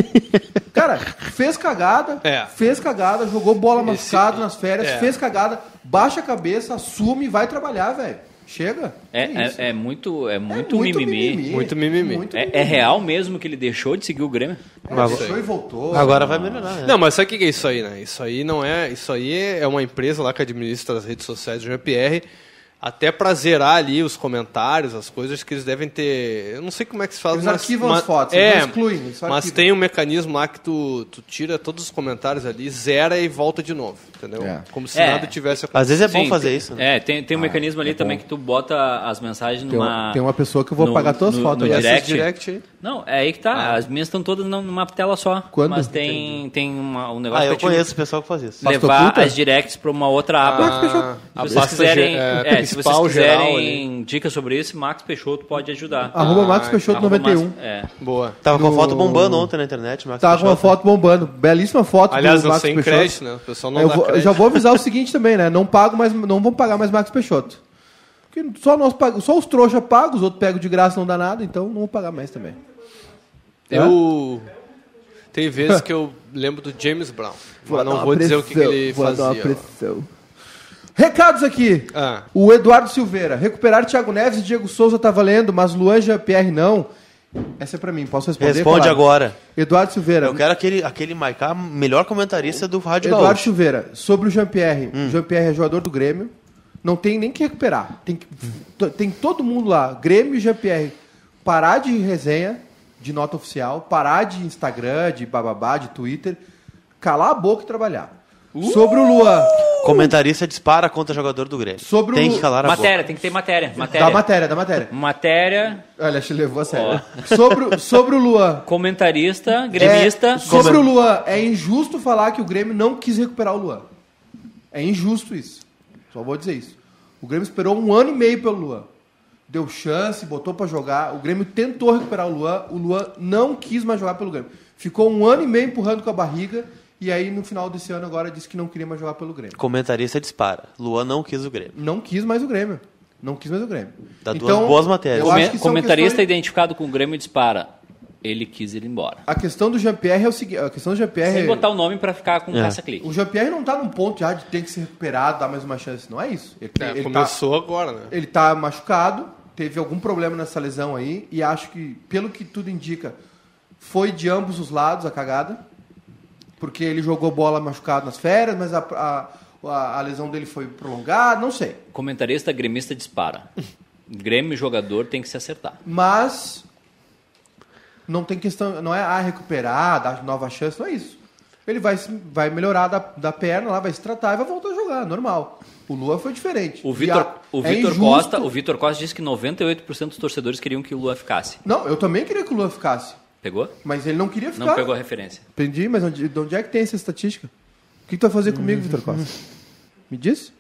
Cara, fez cagada, É. fez cagada, jogou bola machucado nas férias, é. fez cagada, baixa a cabeça, assume e vai trabalhar, velho. Chega. É, Que isso. é, é muito, é muito, mimimi. Muito mimimi. Muito É, é real mesmo que ele deixou de seguir o Grêmio? Ela deixou e voltou. Agora vai melhorar, né? Não, mas sabe o que que é isso aí, né? Isso aí não é. Isso aí é uma empresa lá que administra as redes sociais do Jean-Pierre. Até pra zerar ali os comentários, as coisas que eles devem ter. Eu não sei como é que se faz. Eles mas- arquivam mas- as fotos, eles é, não excluem, eles só Mas arquivam. tem um mecanismo lá que tu, tu tira todos os comentários ali, zera e volta de novo, entendeu? É. Como se É. nada tivesse Às vezes é bom Sim, fazer tem- isso, né? É, tem, tem um mecanismo ali também que tu bota as mensagens Ah, Tem uma- numa. tem uma pessoa que eu vou apagar todas as fotos. No E acontecido. essas direct. Essas direct aí. Não, é aí que Ah. tá. As minhas estão todas num- numa tela só. Quando? Mas tem, tem uma- um negócio Ah, pra eu te conheço Ah. o pessoal que faz isso. Pasta levar oculta? as directs pra uma outra Ah, aba. a Ah, se vocês pasta quiserem, ge- é, é, se vocês principal, geral quiserem dicas sobre isso, Max Peixoto pode ajudar. Ah. Arroba Max Peixoto Arroba 91. Max- é. Boa. Tava com a No- foto bombando ontem na internet, Max. Tá com uma Peixoto. foto bombando. Belíssima foto Aliás, do não Max sem Peixoto. crédito, né? O pessoal não eu, dá vou- eu crédito. já vou avisar o seguinte também, né? Não pago mais, não vão pagar mais Max Peixoto. Porque só nós pagamos, só os trouxa pagam, os outros pegam de graça, não dá nada, então não vou pagar mais também. Eu. Tem vezes que eu lembro do James Brown. Mas dar não uma vou dizer o que, que pressão, ele vou dar uma fazia. ó. pressão. Recados aqui. Ah. O Eduardo Silveira. Recuperar Thiago Neves e Diego Souza tá valendo, mas Luan Jean-Pierre não. Essa é pra mim, posso responder? Responde Falar. agora. Eduardo Silveira. Eu quero aquele, aquele Maiká, melhor comentarista do Rádio Eduardo Gaúcho. Silveira, sobre o Jean-Pierre. O Jean-Pierre é jogador do Grêmio. Não tem nem que recuperar. Tem, que- to- tem todo mundo lá. Grêmio e Jean-Pierre. Parar de resenha, de nota oficial. Parar de Instagram, de bababá, de Twitter. Calar a boca e trabalhar. Sobre o Luan. Comentarista dispara contra jogador do Grêmio. Sobre o- Tem que calar a Matéria, tem que ter matéria. Matéria. Da matéria, da matéria. Matéria, Olha, te levou a sério. Sobre, o- sobre o Luan. comentarista, gremista. É, sobre o Luan, é injusto falar que o Grêmio não quis recuperar o Luan. É injusto isso. Só vou dizer isso. O Grêmio esperou um ano e meio pelo Luan. Deu chance, botou pra jogar. O Grêmio tentou recuperar o Luan. O Luan não quis mais jogar pelo Grêmio. Ficou um ano e meio empurrando com a barriga. E aí, no final desse ano, agora disse que não queria mais jogar pelo Grêmio. boca. Comentarista dispara. Luan não quis o Grêmio. Não quis mais o Grêmio. Não quis mais o Grêmio. Então, Dá Tá duas boas matérias. eu Come- acho que são comentarista questões- identificado com o Grêmio dispara. Ele quis ir embora. A questão do Jean-Pierre é o seguinte. A questão do Jean-Pierre. Sem botar o nome pra ficar com caça-clique. O Jean-Pierre não tá num ponto já de ter que se recuperar, dar mais uma chance. Não é isso. Ele, É, ele começou agora, né? Tá, ele tá machucado, teve algum problema nessa lesão aí, e acho que, pelo que tudo indica, foi de ambos os lados a cagada. Porque ele jogou bola machucado nas férias, mas a, a, a, a lesão dele foi prolongada, não sei. Comentarista, gremista dispara. Grêmio e jogador tem que se acertar. Mas não tem questão, não é ah, recuperar, dar nova chance, não é isso. Ele vai, se- vai melhorar da, da perna lá, vai se tratar e vai voltar a jogar, normal. O Lua foi diferente. O E Vitor, a- o é Vitor injusto- Costa, o Vitor Costa disse que 98% dos torcedores queriam que o Lua ficasse. Não, eu também queria que o Lua ficasse, Pegou? mas ele não queria ficar. Não pegou a referência. Entendi, mas onde, de onde é que tem essa estatística? O que, que tu vai fazer comigo, Vitor Costa? Me diz?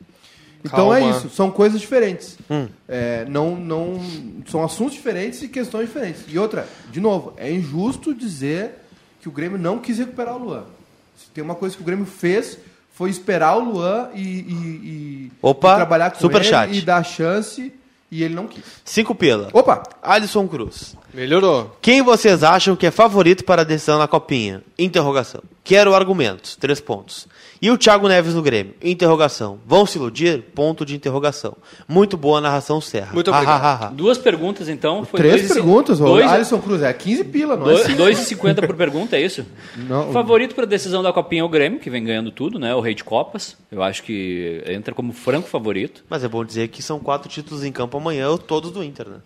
Então Calma. é isso, são coisas diferentes. Hum. É, não, não, são assuntos diferentes e questões diferentes. E outra, de novo, é injusto dizer que o Grêmio não quis recuperar o Luan. Se tem uma coisa que o Grêmio fez, foi esperar o Luan e, e- e- Opa, e trabalhar com ele superchat. e dar chance, e ele não quis. Cinco pila. Opa! Alisson Cruz. Melhorou. Quem vocês acham que é favorito para a decisão na Copinha? Interrogação. Quero argumentos. Três pontos. E o Thiago Neves no Grêmio? Interrogação. Vão se iludir? Ponto de interrogação. Muito boa a narração, Serra. Muito Ha, obrigado. ha, ha, ha. Duas perguntas então. Foi Três dois e cin- perguntas, ô. dois, Alisson Cruz, é 15 pila, não é? dois- dois e 50 por pergunta, é isso? Não. Favorito para a decisão da Copinha é o Grêmio, que vem ganhando tudo, né? O rei de Copas. Eu acho que entra como franco favorito. Mas é bom dizer que são quatro títulos em campo amanhã, todos do Inter, né?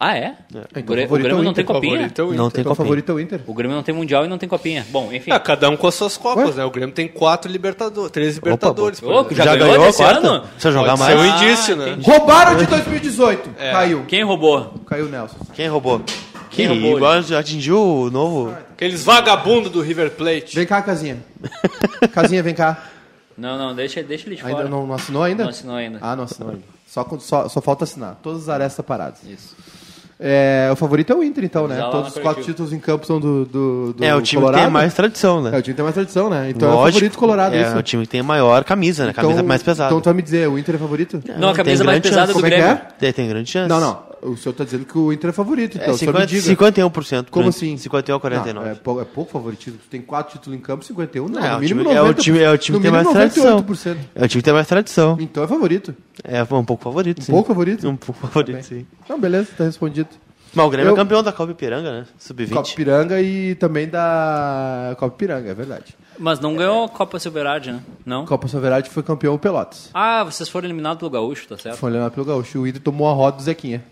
Ah, é? então O, Grê- o favorito é Grêmio o não tem Inter, copinha? Favorito é o Não Inter. tem Então, o copinha. favorito é o Inter. O Grêmio não tem mundial e não tem copinha. Bom, enfim. Ah, cada um com as suas copas, né? O Grêmio tem quatro Libertadores, três Libertadores. por Ô, exemplo. já, ganhou, a desse quarta? ano? Se eu jogar Pode ser mais. Ah, um indício, né? entendi. Roubaram de 2018. É. Caiu. Quem roubou? Caiu o Nelson. Ah, Quem roubou? Quem Ih, roubou, Igual atingiu o novo. Ah, Aqueles vagabundos do River Plate. Vem cá, Casinha. Casinha, vem cá. Não, não, deixa, deixa ele de fora. Ainda não, não assinou ainda? Não assinou ainda. Ah, não assinou ainda. Só, com- só, só falta assinar. Todas as arestas paradas. Isso. É, o favorito é o Inter, então, né? Já lá Todos na os quatro coletiva. títulos em campo são do, do, do É, o time Colorado. que tem mais É, tradição, o né? time que tem mais tradição, né? Então é o Lógico. favorito Colorado, É, isso. o time que tem maior camisa, né? Camisa Então- mais pesada. Então tu vai me dizer, o Inter é favorito? Não, a Tem camisa mais grande pesada chance. do Como é que Grêmio. é? Tem, tem grande chance. Não, não. O senhor tá dizendo que o Inter é favorito, É então. o senhor me 50, diga. 51%. Como pro- assim? 51 a 49. Não, é, pouco, é pouco favoritismo. Tu tem quatro títulos em campo, 51 não. É, no o mínimo time- 90, é o time- é o time no que tem mínimo mais tradição. 98%. É o time que tem mais tradição. Então é favorito. É um pouco favorito, sim. pouco favorito? Um pouco favorito, sim. Então, beleza, tá respondido. Mas o Grêmio Eu- é campeão da Copa Ipiranga, né? Copa Sub-20. Piranga e também da Copa Piranga, é verdade. Mas não ganhou a Copa Silverade, né? Não? Copa Soverade foi campeão o Pelotas. Ah, vocês foram eliminados pelo Gaúcho, tá certo? Foi olhando pelo Gaúcho. O Inter tomou a roda do Zequinha.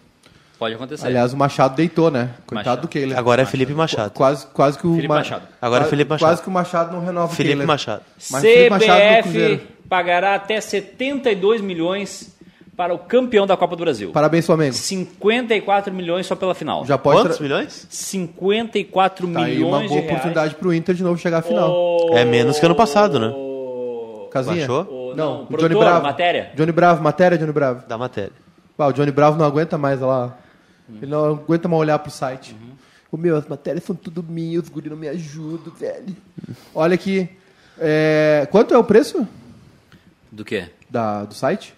Pode acontecer. Aliás, o Machado deitou, né? Coitado Machado. do Keiler. Agora é Felipe Machado. Quase, quase que o Felipe Ma- Machado. Agora é Qua- Felipe Machado. Quase que o Machado não renova o Felipe Keiler. Machado. Mas Felipe Machado do CBF Cruzeiro. pagará até 72 milhões para o campeão da Copa do Brasil. Parabéns, Flamengo. 54 milhões só pela final. Já pode Quantos tra- milhões? 54 Tá aí milhões uma boa de oportunidade pro Inter de novo chegar à final. reais. É menos que ano passado, né? O- Casinha? Baixou? o- Não, não, o Johnny produtor, Bravo. matéria. Johnny Bravo, matéria, Johnny Bravo. Da matéria. Ah, o Johnny Bravo não aguenta mais olha lá. Uhum. Ele não aguenta mais olhar pro site. O meu, as matérias são tudo minhas, os guri não me ajudam, velho. Olha aqui. é, Quanto é o preço Do quê? da, do site?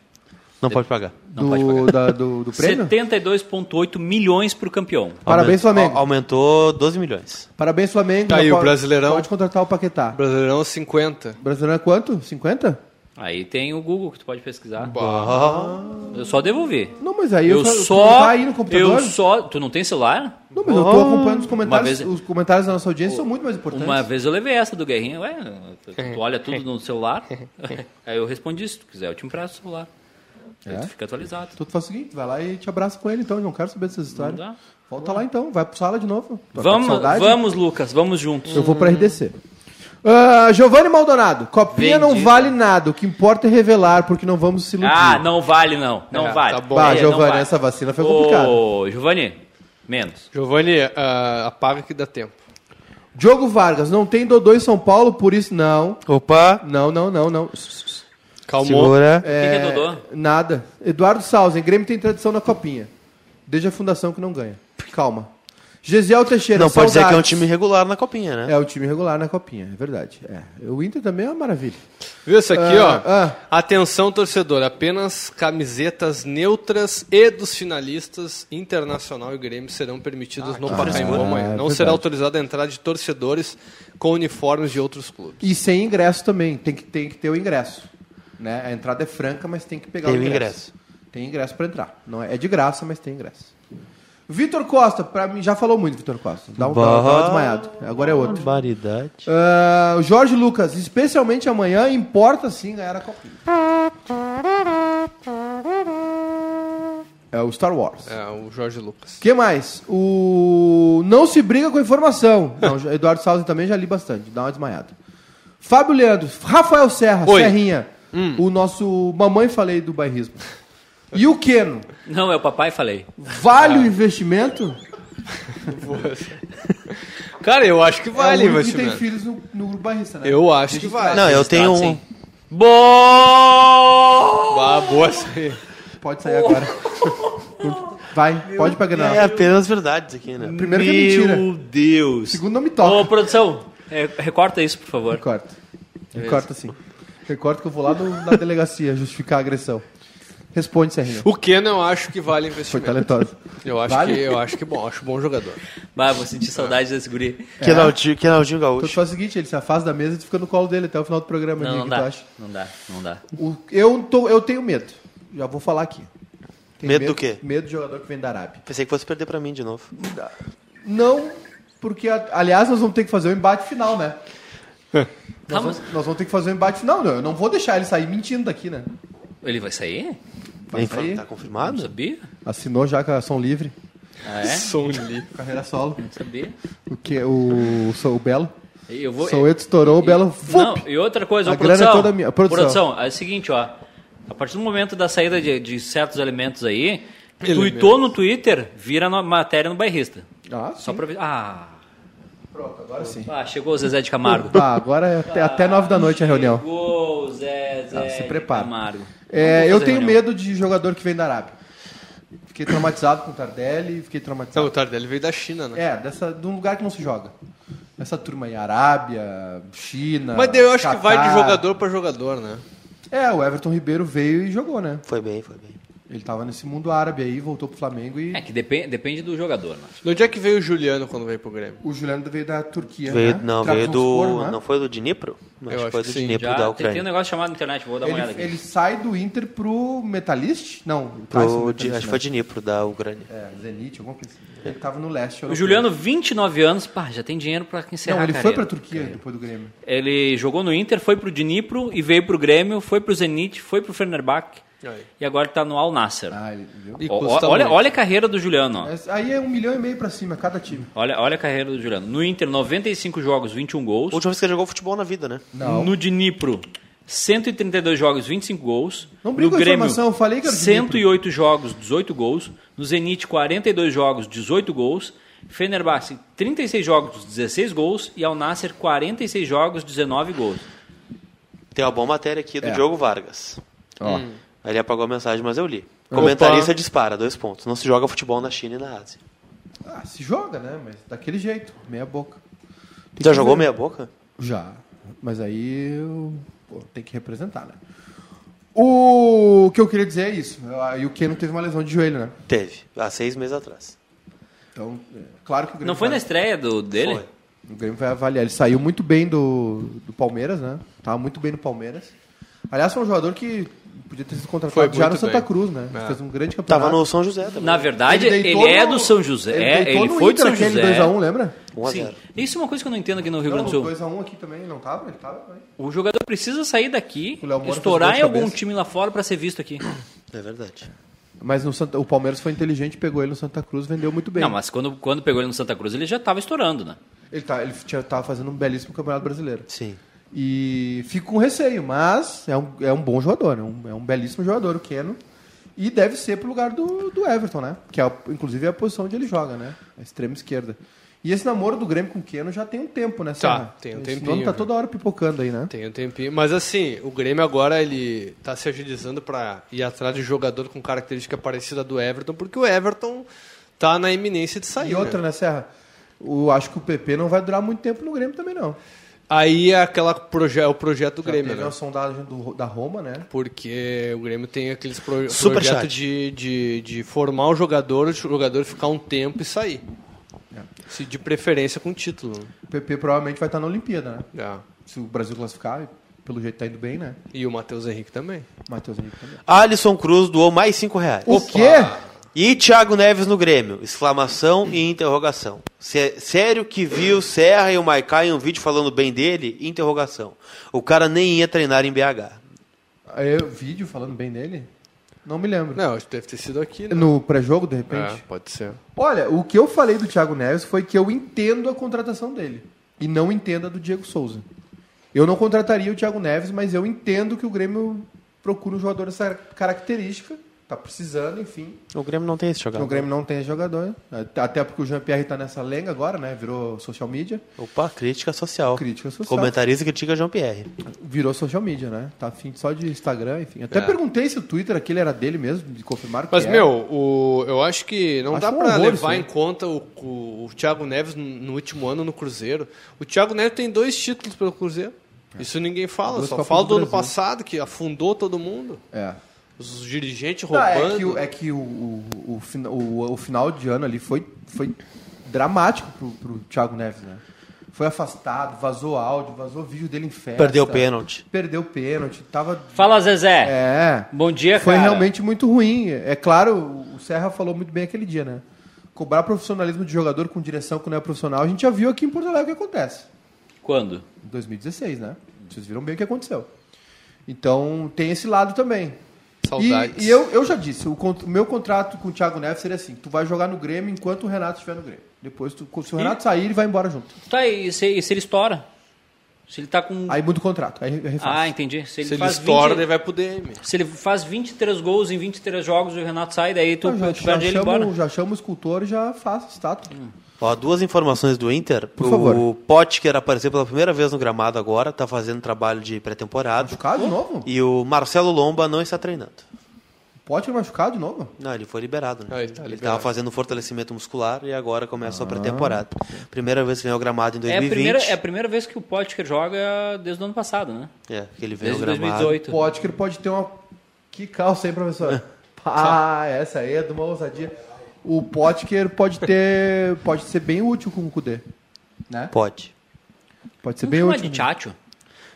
Não pode pagar. Não do, pode pagar. da- do, do prêmio? 72,8 milhões para o campeão. Parabéns, Aumentou- Flamengo. au- Aumentou 12 milhões. Parabéns, Flamengo. Tá aí, Já o pode- Brasileirão. Pode contratar o Paquetá. Brasileirão 50. Brasileirão é quanto? 50? Aí tem o Google que tu pode pesquisar. Eu só devolvi. Não, mas aí Eu fa- tu só. Vai tá aí no computador? eu só. Tu não tem celular? Não, mas eu tô acompanhando os comentários. vez- Os comentários da nossa audiência são muito mais importantes. Uma vez eu levei essa do Guerrinha, ué, tu, tu olha tudo no celular. Aí eu respondi, se tu quiser, eu te empresto o celular. Aí tu fica atualizado. Então tu faz o seguinte, vai lá e te abraça com ele então, eu não quero saber dessas Não histórias. dá. Volta lá então, vai pro sala de novo. Tá com Vamos, saudade? vamos, Lucas, vamos juntos. Eu vou pra RDC. Ah, Giovanni Maldonado, copinha não Vendido. vale nada, o que importa é revelar, porque não vamos se iludir. Ah, não vale não, não É, vale. tá bom. Ah, Bah, É, não Giovanni, vale. essa vacina foi complicada. Ô, Giovanni, menos. Giovanni, ah, apaga que dá tempo. Diogo Vargas, não tem Dodô em São Paulo, por isso não. Opa! Não, não, não, não. Calmou. Segura. O que, que é Dodô? Nada. Eduardo Sausen, Grêmio tem tradição na copinha. Desde a fundação que não ganha. Calma. Gesiel Teixeira, Não pode dizer que é um saudades. time regular na copinha, né? É o time regular na copinha, é verdade. É. O Inter também é uma maravilha. Viu isso aqui, Ah, ó? Atenção, torcedor. Apenas camisetas neutras e dos finalistas Internacional e Grêmio serão permitidas no Pacaembu frescura. amanhã. Ah, é Não será verdade. autorizada a entrada de torcedores com uniformes de outros clubes. E sem ingresso também, tem que, tem que ter o ingresso. Né? A entrada é franca, mas tem que pegar Tem o o ingresso. Tem ingresso pra entrar. Não é, é de graça, mas tem ingresso. Vitor Costa, pra mim já falou muito, Vitor Costa. Dá um dá uma- dá uma desmaiado. Agora é outro. Barbaridade. Ah, o Jorge Lucas, especialmente amanhã, importa sim ganhar a copinha. É o Star Wars. É, o Jorge Lucas. que mais? O Não se briga com informação. Não, Eduardo Salles também já li bastante, dá uma desmaiada. Fábio Leandro, Rafael Serra, Oi. Hum. Serrinha, o nosso mamãe falei do bairrismo. E o Keno, Não, é o papai, falei. vale Ah. o investimento? Cara, eu acho que vale, é o único que tem investimento. filhos no, no grupo bairrista, né? Eu acho que vale. Não, eu tenho Sim. um. Bom! Ah, boa essa aí. Pode sair agora. Vai, pode pra Grenal. É apenas verdades aqui, né? Primeiro que é Meu mentira. Deus. Segundo não me Ô, toca. produção, é, recorta isso, por favor. Recorta. É. Recorta sim. Recorta que eu vou lá no- na delegacia justificar a agressão. Responde, Serrinha. O Keno eu acho que vale Foi investimento. talentosa. Eu acho Vale? que eu acho que bom, acho bom jogador. Bah, vou Tá. sentir saudade desse guri. Kenaldinho, Kenaldinho Então tu Gaúcho. faz o seguinte, ele se afasta da mesa e tu fica no colo dele até o final do programa. Não, Henrique, não tu dá. acha? Não dá, não dá. O- eu, tô- eu tenho medo. Já vou falar aqui. Tenho Medo do quê? Medo de jogador que vem da Arábia. Pensei que fosse perder pra mim de novo. Não, porque, a- aliás, nós vamos ter que fazer o embate final, né? Nós, Tá, vamos, nós vamos ter que fazer o embate final. Não, eu não vou deixar ele sair mentindo daqui, né? Ele vai sair? Bem, sair. tá Não confirmado? sabia? Assinou já com a ação livre. Ah, é? um Som Li. Carreira solo. Sabia? O que? O, sou o Belo? Eu vou. Sou eu, estourou o Belo. Não, Fup! e outra coisa, A ó, grana é produção, toda minha. Produção. é o seguinte, ó. A partir do momento da saída de, de certos elementos aí, Elementos. tuitou no Twitter, vira no- matéria no bairrista. Ah, Só pra ver. Ah, Pronto, agora sim. ah, chegou o Zezé de Camargo. Tá, agora é até, até nove da noite a reunião. Ah, Chegou o Zezé Ah, se de prepara. Camargo. É, Vamos eu fazer tenho reunião. medo de jogador que vem da Arábia. Fiquei traumatizado com o Tardelli, fiquei Não, traumatizado. o Tardelli veio da China, né? É, dessa, de um lugar que não se joga. Essa turma aí, Arábia, China. Mas daí eu acho que Catar. vai de jogador pra jogador, né? É, o Everton Ribeiro veio e jogou, né? Foi bem, foi bem. Ele tava nesse mundo árabe aí, voltou pro Flamengo e. É que depende, depende do jogador, né? De onde é que veio o Juliano quando veio pro Grêmio? O Juliano veio da Turquia. Veio, né? não, veio Trabzonspor, do. né? Não foi do Dnipro? Mas Eu acho foi que do sim. Dnipro Já da tem, tem um Ucrânia. negócio chamado na internet, vou dar uma olhada Ele, aqui. ele sai do Inter pro Metalist? Não, Pro- passa no de- assim, É. Metalist, acho que né? foi Dnipro da Ucrânia. É, Zenit, alguma coisa assim. Ele tava no leste. O europeu. Juliano, 29 anos, pá, já tem dinheiro pra encerrar Não, ele a foi pra carreira. Turquia depois do Grêmio. Ele jogou no Inter, foi pro Dnipro e veio pro Grêmio, foi pro Zenit, foi pro Fenerbahçe Aí. e agora tá no Al Nasser. Ah, ele viu? E Ó, custa ó, olha, muito. olha a carreira do Juliano. ó. Mas Aí é um milhão e meio pra cima, cada time. Olha, olha a carreira do Juliano. No Inter, 95 jogos, 21 gols. Última vez que ele jogou futebol na vida, né? Não. No Dnipro, 132 jogos, 25 gols. Não brinca no com a Grêmio, informação, eu falei que era o Dnipro. 108 jogos, 18 gols. No Zenit, 42 jogos, 18 gols. Fenerbahçe, 36 jogos, 16 gols. E Al Nasser, 46 jogos, 19 gols. Tem uma boa matéria aqui do É. Diogo Vargas. Hum. Ó. Ele apagou a mensagem, mas eu li. Comentarista dispara, dois pontos. Não se joga futebol na China e na Ásia. Ah, se joga, né? Mas daquele jeito, meia boca. Tem Já que jogou ver. meia boca? Já. Mas aí eu pô, tem que representar, né? O que eu queria dizer é isso. E o Keno teve uma lesão de joelho, né? Teve, há seis meses atrás. Então, é, claro que o Grêmio. Não foi na vai, estreia do, dele? Foi. O Grêmio vai avaliar. Ele saiu muito bem do, do Palmeiras, né? Tava muito bem no Palmeiras. Aliás, foi um jogador que podia ter sido Foi contratado muito já no Santa bem. Cruz, né? É. Fez um grande campeonato. Tava no São José também. Na verdade, ele, deitou é no- do São José. É, Ele, deitou no foi do Inter São aquele José. 2x1, lembra? 1 a Sim. 0. Isso é uma coisa que eu não entendo aqui no Rio Não, Grande do Sul. 2x1 aqui também, não tava? Ele tava? né? O jogador precisa sair daqui, O Léo Moura fez estourar gol em de algum cabeça. time lá fora pra ser visto aqui. É verdade. Mas no Santa- o Palmeiras foi inteligente, pegou ele no Santa Cruz, vendeu muito bem. Não, mas quando, quando pegou ele no Santa Cruz, ele já tava estourando, né? Ele, tá, ele tinha, tava fazendo um belíssimo campeonato brasileiro. Sim. E fico com receio, mas é um, é um bom jogador, é um, é um belíssimo jogador, o Keno. E deve ser pro lugar do, do Everton, né? Que é, a- inclusive é a posição onde ele joga, né? A extrema esquerda. E esse namoro do Grêmio com o Keno já tem um tempo, né? Serra? tem um Esse tempinho, nome tá já. toda hora pipocando aí, né? Tem um tempinho. Mas assim, o Grêmio agora ele tá se agilizando pra ir atrás de jogador com característica parecida do Everton, porque o Everton tá na iminência de sair. E outra, né? né, Serra? Eu acho que o PP não vai durar muito tempo no Grêmio também, não. Aí é aquela proje o projeto do Já Grêmio, teve né? uma sondagem do- da Roma, né? Porque o Grêmio tem aqueles pro Super projetos chat. de, de, de formar o jogador, o jogador ficar um tempo e sair. É. Se de preferência com título. O PP provavelmente vai estar na Olimpíada, né? né? Se o Brasil classificar, pelo jeito tá indo bem, né? E o Matheus Henrique também. Matheus Henrique também. Alisson Cruz doou mais cinco reais. O quê? E Thiago Neves no Grêmio? Exclamação e interrogação. Sé- sério que viu Serra e o Maiká em um vídeo falando bem dele? Interrogação. O cara nem ia treinar em BH. Aí, o É, vídeo falando bem dele? Não me lembro. Não, acho que deve ter sido aqui, né? No pré-jogo, de É, repente? pode ser. Olha, o que eu falei do Thiago Neves foi que eu entendo a contratação dele. E não entendo a do Diego Souza. Eu não contrataria o Thiago Neves, mas eu entendo que o Grêmio procura um jogador dessa característica. Tá precisando, enfim. O Grêmio não tem esse O jogador. Grêmio não tem jogador. né? Até porque o Jean-Pierre tá nessa lenga agora, né? Virou social media. Opa, crítica social. Crítica social. Comentarista critica Jean-Pierre. Virou social media, né? Tá afim só de Instagram, enfim. Até É. perguntei se o Twitter aquele era dele mesmo, me confirmaram que Mas, era. meu, o, eu acho que não É. Acho dá um pra horror isso levar aí. em conta o, o, o Thiago Neves no, no último ano no Cruzeiro. O Thiago Neves tem dois títulos pelo Cruzeiro. Isso ninguém fala, É. Duas só Copas fala do do ano Brasil. passado, que afundou todo mundo. É. Os dirigentes Não, roubando. é que, o, é que o, o, o fina- o- o final de ano ali foi, foi dramático pro, pro Thiago Neves, né? Foi afastado, vazou áudio, vazou vídeo dele em festa. Perdeu o pênalti. Perdeu o pênalti, tava... Fala, Zezé. É, Bom dia, foi cara. realmente muito ruim. É claro, o Serra falou muito bem aquele dia, né? Cobrar profissionalismo de jogador com direção que não é profissional, a gente já viu aqui em Porto Alegre o que acontece. Quando? Em 2016, né? Vocês viram bem o que aconteceu. Então, tem esse lado também. E, Saudades. e eu, eu já disse, o, cont- o meu contrato com o Thiago Neves seria assim: tu vai jogar no Grêmio enquanto o Renato estiver no Grêmio. Depois, tu, se o Renato sair, ele vai embora junto. Tá, e se, e se ele estoura? Se ele tá com. Aí muda o contrato. Aí refaz. ah, entendi. Se ele, Se ele faz estoura, 20 ele vai pro DM. Se ele faz 23 gols em 23 jogos e o Renato sai, daí tu, Então, já, tu já, perde ele e embora. Hum. chama, o- já chama o escultor e já faz estátua. Ó, duas informações do Inter. Por favor. O Potker apareceu pela primeira vez no gramado agora, tá fazendo trabalho de pré-temporada. Machucado de novo? E o Marcelo Lomba não está treinando. Pode machucado de novo? Não, ele foi liberado, né? Ah, ele tá ele estava liberado. fazendo fortalecimento muscular e agora começa a Ah. pré-temporada. Primeira vez que ganhou o gramado em É a, 2020. primeira, é a primeira vez que o Potker joga desde o ano passado, né? É, que ele veio Desde ao gramado. 2018. Pode que ele pode ter uma. Que calça, hein, professor? Ah, essa aí é de uma ousadia. O Potker pode ter. pode ser bem útil com o Kudê. Né? Pode. Pode ser Não bem chama útil. de Tchatcho.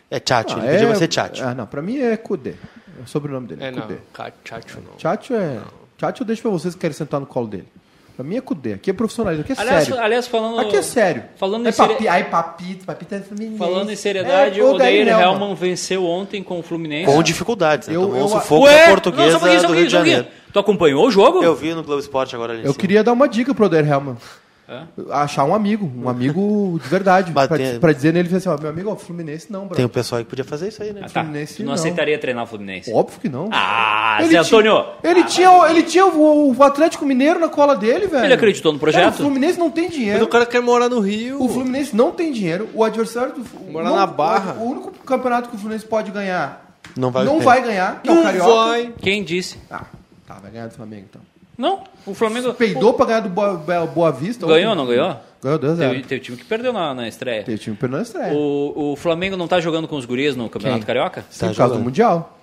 É chat, Ah, ele podia é- ser chat. Ah, não. Pra mim é Kudê. É o sobrenome dele. É, É, não. Kudê. Cachacho não. Tchatcho é. Tchatcho eu deixo pra vocês que querem sentar no colo dele. Pra mim é Kudê. Aqui é profissionalismo. Aqui é Aliás, sério. aliás, falando. Aqui é sério. Falando é em seri- papi... Ai, papito. Papito é feminino. Falando em seriedade, o Odair Helman venceu ontem com o Fluminense. Com dificuldades, né? Eu- Tomou eu- um sufoco Ué, da portuguesa não, só um pouquinho, só um do Rio pouquinho, de só um Janeiro. pouquinho. Tu acompanhou o jogo? Eu vi no Globo Esporte agora ali em Eu cima. queria dar uma dica pro Odair Helman. É? Achar um amigo, um amigo de verdade. Mas pra, tem- pra dizer nele, assim, ó, meu amigo, ó, Fluminense não, bro. Tem um pessoal aí que podia fazer isso aí, né? Ah, tá. Fluminense, Tu não, não. aceitaria treinar o Fluminense. um Óbvio que não. Ah, Ele Zé ti- Antônio! Ele Ah, tinha, ele tinha o, o Atlético Mineiro na cola dele, velho. Ele acreditou no projeto? Cara, o Fluminense não tem Mas dinheiro. o cara quer morar no Rio. É. O Fluminense não tem dinheiro. O adversário do Fluminense. Morar na Barra. O único campeonato que o Fluminense pode ganhar. Não vai ter. ganhar, que é o Não Carioca. vai. Quem disse? Ah, tá, vai ganhar do Flamengo então. Não, o Flamengo. Peidou pra ganhar do Boa, Boa Vista. Ganhou ou ontem. não ganhou? Ganhou 2 a 0. Teve, teve time que perdeu na, na estreia. Teve time perdendo a estreia. O, o Flamengo não tá jogando com os guris no Campeonato É. Quem? Carioca? Sim, Tá por causa do jogando. Mundial.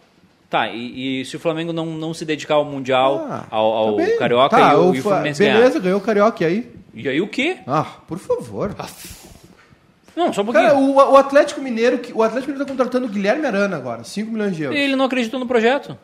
Tá, e, e se o Flamengo não, não se dedicar ao Mundial, Ah, ao, ao também. Carioca Tá, e, o, o e o Fla- Fluminense Beleza, ganhar? ganhou o Carioca, e aí? E aí o quê? Ah, por favor. Não, só um pouquinho. Cara, o, o Atlético Mineiro, que- o Atlético Mineiro tá contratando o Guilherme Arana agora, 5 milhões de euros. Ele não acreditou no projeto.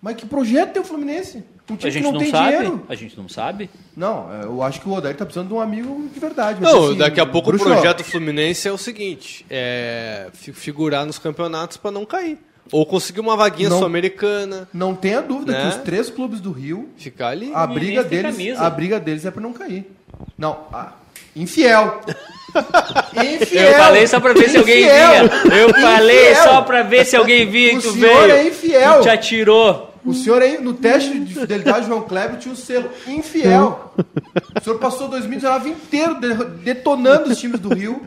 Mas que projeto tem o Fluminense? Um time A gente que não, não, tem sabe. dinheiro. A gente não sabe. Não, eu acho que o Odair tá precisando de um amigo de verdade. mas Não, assim, daqui a pouco bruxo, o projeto Fluminense é o seguinte: é fi- figurar nos campeonatos pra não cair. Ou conseguir uma vaguinha Não. sul-americana, Não tenha dúvida Né? que os três clubes do Rio, ficar ali. a Fluminense briga, tem deles, camisa. a briga deles é pra não cair. Não, ah, infiel. infiel. Eu falei só pra ver se alguém Infiel. vinha. Eu falei Infiel. só pra ver se alguém vinha. e O tu senhor veio. é infiel. Tu te atirou. O senhor aí, no teste de fidelidade, João Kleber tinha o selo infiel. O senhor passou 2019 inteiro de- detonando os times do Rio.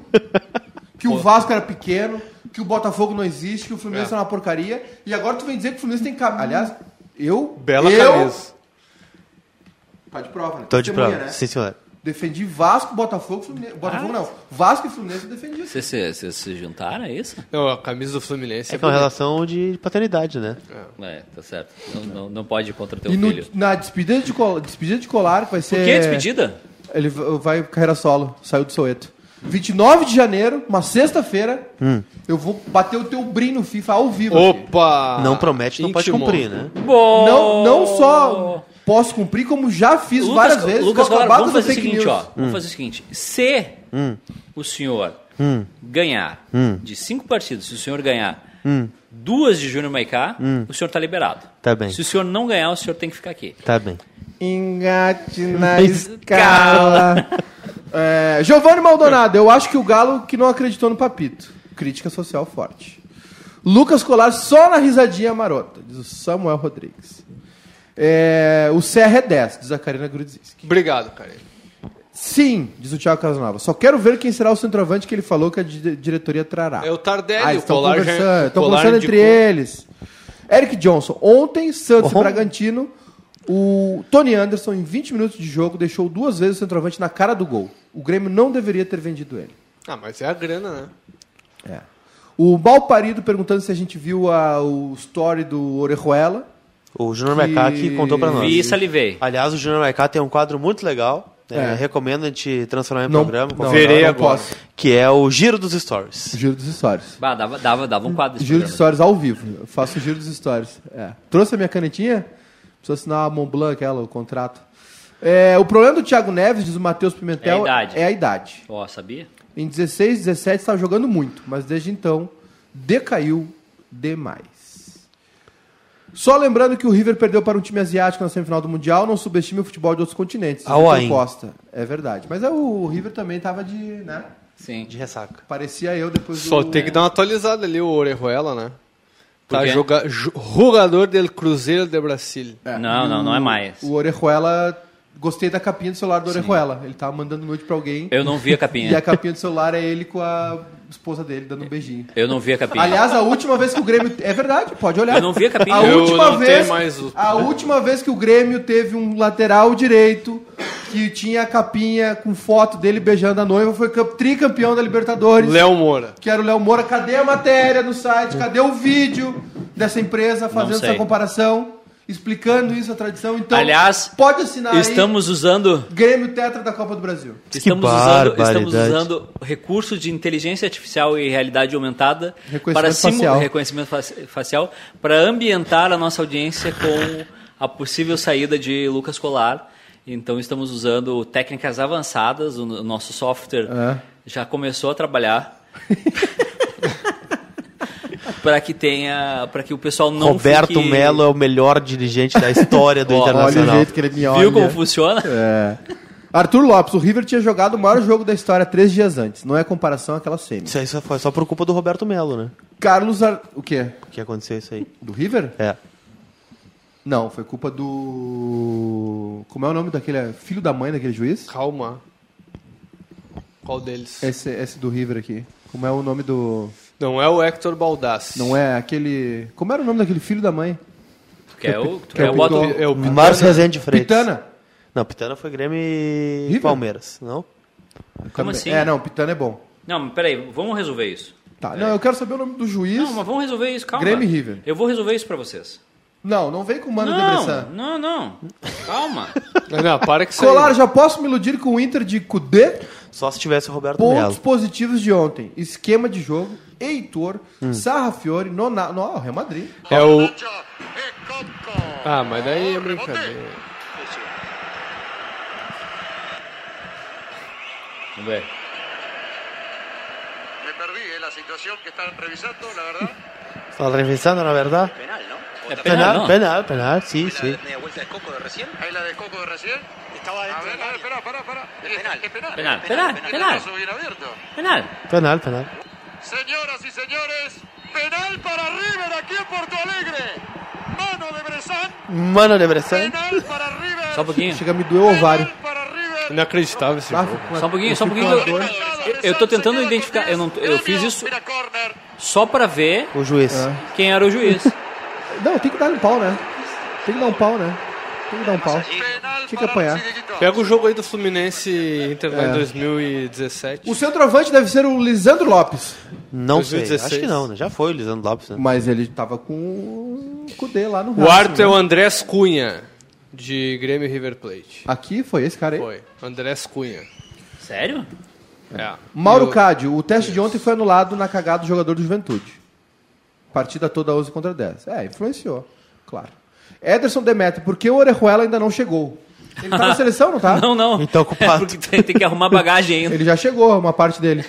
Que o Vasco era pequeno, que o Botafogo não existe, que o Fluminense É. era uma porcaria. E agora tu vem dizer que o Fluminense tem camisa. Aliás, eu. Bela eu, camisa. Tá de prova, né? Tô de Testemunha, prova. Então, tipo, Sim, É senhor. Defendi Vasco, Botafogo, Fluminense. Botafogo não. Vasco e Fluminense eu defendi. Vocês se- vocês se juntaram, é isso? Não, a camisa do Fluminense É é, que é uma bonita. relação de paternidade, né? É, tá certo. Não, não, não pode ir contra teu E no- É. filho. na despedida de, col- despedida de colar, que vai ser. Por que despedida? Ele v- vai carreira solo, saiu do Soeto. 29 de janeiro, uma sexta-feira, Hum. eu vou bater o teu brim no FIFA ao vivo. aqui. Ah, Opa! assim. Não promete, não pode Íntimo. cumprir, né? Uhum. Bom. Não, não só posso cumprir, como já fiz várias vezes. Lucas, vou Colar, acabar vamos com essa fazer o fake seguinte, news. Hum. ó. Vamos fazer o seguinte. Se o senhor ganhar de cinco partidas, se o senhor ganhar Hum. duas de Júnior Maicá, o senhor tá liberado. Tá bem. Se o senhor não ganhar, o senhor tem que ficar aqui. Tá bem. Engate na escala. é, Giovanni Maldonado, eu acho que o Galo que não acreditou no Papito. Crítica social forte. Lucas Colar só na risadinha marota, diz o Samuel Rodrigues. É, o CR é 10, diz a Karina Grudzinski. Obrigado, cara. Sim, diz o Thiago Casanova. Só quero ver quem será o centroavante que ele falou que a di- diretoria trará. É o Tardelli, Ah, o eles estão Colar já- conversando, estão Colar conversando entre indicou. eles. Eric Johnson. Ontem, Santos Uhum. e Bragantino, o Tony Anderson, em 20 minutos de jogo, deixou duas vezes o centroavante na cara do gol. O Grêmio não deveria ter vendido ele. Ah, mas é a grana, né? É. O Malparido perguntando se a gente viu a- o story do Orejuela. O Júnior Maiká que contou pra nós. Vi e salivei. Aliás, o Júnior Maiká tem um quadro muito legal. né? É. Recomendo a gente transformar em programa. Verei agora. posso. Que é o Giro dos Stories. Giro dos stories. Bah, dava, dava, dava um quadro. esse Giro dos programa. stories ao vivo. Eu faço giro dos stories. É. Trouxe a minha canetinha? Preciso assinar a Montblanc, aquela, o contrato. É, o problema do Thiago Neves, diz o Matheus Pimentel, É a idade. é a idade. Ó, sabia? Em 16, 17 estava jogando muito, mas desde então decaiu demais. Só lembrando que o River perdeu para um time asiático na semifinal do Mundial, não subestime o futebol de outros continentes. Ao Vitor Ain. Costa. É verdade. Mas é, o River também tava de. né? Sim. De ressaca. Parecia eu depois Só do. tem que dar uma atualizada ali, o Orejuela, né? Por Tá quê? joga, jo- jogador del Cruzeiro de Brasil. Não, não, não é mais. O Orejuela. Gostei da capinha do celular do Orejuela. Ele tava mandando nude pra alguém. Eu não vi a E a capinha. capinha do celular é ele com a esposa dele dando um beijinho. Eu não vi a capinha. Aliás, a última vez que o Grêmio. É verdade, pode olhar. Eu não vi a capinha. A Eu última não tenho vez. mais o- A última vez que o Grêmio teve um lateral direito que tinha a capinha com foto dele beijando a noiva foi camp- tricampeão da Libertadores. Léo Moura. Que era o Léo Moura. Cadê a matéria no site? Cadê o vídeo dessa empresa fazendo sei. essa comparação? Explicando isso, a tradição. Então, Aliás, pode assinar Estamos usando. aí. Grêmio Tetra da Copa do Brasil. Estamos usando, estamos barbaridade. usando recursos de inteligência artificial e realidade aumentada Reconhecimento para simu- facial. reconhecimento faci- facial para ambientar a nossa audiência com a possível saída de Lucas Colar. Então estamos usando técnicas avançadas, o no- nosso software É. já começou a trabalhar para que tenha, para que o pessoal não Roberto fique- Melo é o melhor dirigente da história do Ó, olha Olha o Internacional. jeito que ele me olha. Viu como funciona? É. Arthur Lopes, o River tinha jogado o maior jogo da história três dias antes. Não é comparação àquela semi. Isso aí só foi só por culpa do Roberto Melo, né? Carlos Ar... O quê? Que aconteceu isso aí. Do River? É. Não, foi culpa do... Como é o nome daquele... Filho da mãe daquele juiz? Calma. Qual deles? Esse, esse do River aqui. Como é o nome do... Não é o Hector Baldassi. Não é aquele... Como era o nome daquele filho da mãe? Tu quer o, tu Que é quer o o bota- Pitol. É o Pitana. Márcio Rezende Freitas. Pitana. Não, Pitana foi Grêmio e River? Palmeiras, não? Como assim? É, não, Pitana é bom. Não, mas peraí, vamos resolver isso. Tá, não, eu quero saber o nome do É. juiz. Não, Não, mas vamos resolver isso, calma. Grêmio e River. Eu vou resolver isso pra vocês. não, vem com o Mano de não, Bressan. não, não. Calma. Não, para que isso aí. Colar, já posso me iludir com o Inter de Cudê? Só se tivesse o Roberto Pontos Melo. positivos de ontem. Esquema de jogo, Heitor, Hum. Sarra Fiore, Nona... No, Real Madrid. É o... Ah, Ah, mas daí é brincadeira. Vamos ver. Me perdí eh, la situación que están revisando, la verdad. Estava revisando, na é verdade? Penal, ¿no? É penal, Penal, não? penal, penal, sim, ¿Fue sim. la media vuelta de Coco de recién? Ahí la de Coco de recién. Estaba A Ah, dentro ver, del a é, ver, área. espera, espera, espera. Es penal. Es penal. Penal, penal, El penal. brazo bien abierto. Penal. Penal, penal. Señoras y señores, penal para River aquí en Porto Alegre. Mano de Bresan, Mano de Bressan. penal para River. Só um pouquinho. Chega, me doeu o ovário. Penal para River. Inacreditável esse Ah, jogo. fico com a- Só um pouquinho, só um pouquinho. eu fico Eu, com a dor. eu- eu tô tentando identificar. Eu, não, tô- eu fiz isso Mira corner. só pra ver O juiz. É. quem era o juiz. Não, tem que dar um pau, né? Tem que dar um pau, né? Tem que dar um pau. Penal Tinha que para apanhar. Lucidito. Pega o jogo aí do Fluminense e Inter lá em 2017. É. O centroavante deve ser o Lisandro Lopes. Não sei. 2016. Acho que não, né? Já foi o Lisandro Lopes, né? Mas ele tava com o Cudê lá no O Racing, árbitro é o né? Andrés Cunha, de Grêmio e River Plate. Aqui foi esse cara aí. um Foi, Andrés Cunha. Sério? É. Mauro E o- Cádio, o teste de ontem foi anulado na cagada do jogador do Juventude. Partida toda 11 contra 10. É, influenciou, claro. Ederson Demetrio, por que o Orejuela ainda não chegou? Ele tá na seleção, não tá? Não, não. é Então, culpado. porque tem, tem que arrumar bagagem ainda. Ele já chegou, uma parte dele.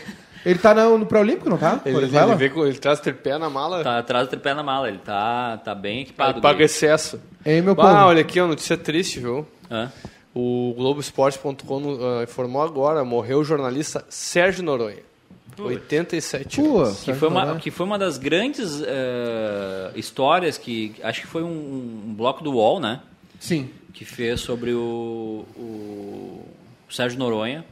Ele tá na- no pré-olímpico, não tá? Ele, ele, Orejuela? vê com- ele traz tripé na mala, Tá atrás do tripé na mala. Ele tá, tá bem equipado. ele paga guri. excesso. Ei, meu povo. Ah, olha aqui, uma notícia triste, viu? Hã? O Globoesporte.com ah, informou agora, morreu o jornalista Sérgio Noronha. 87 Pua, anos. Que Sérgio foi, uma, Noronha. que foi uma das grandes eh, histórias que. Acho que foi um, um bloco do UOL, né? Sim. que fez sobre o, o Sérgio Noronha,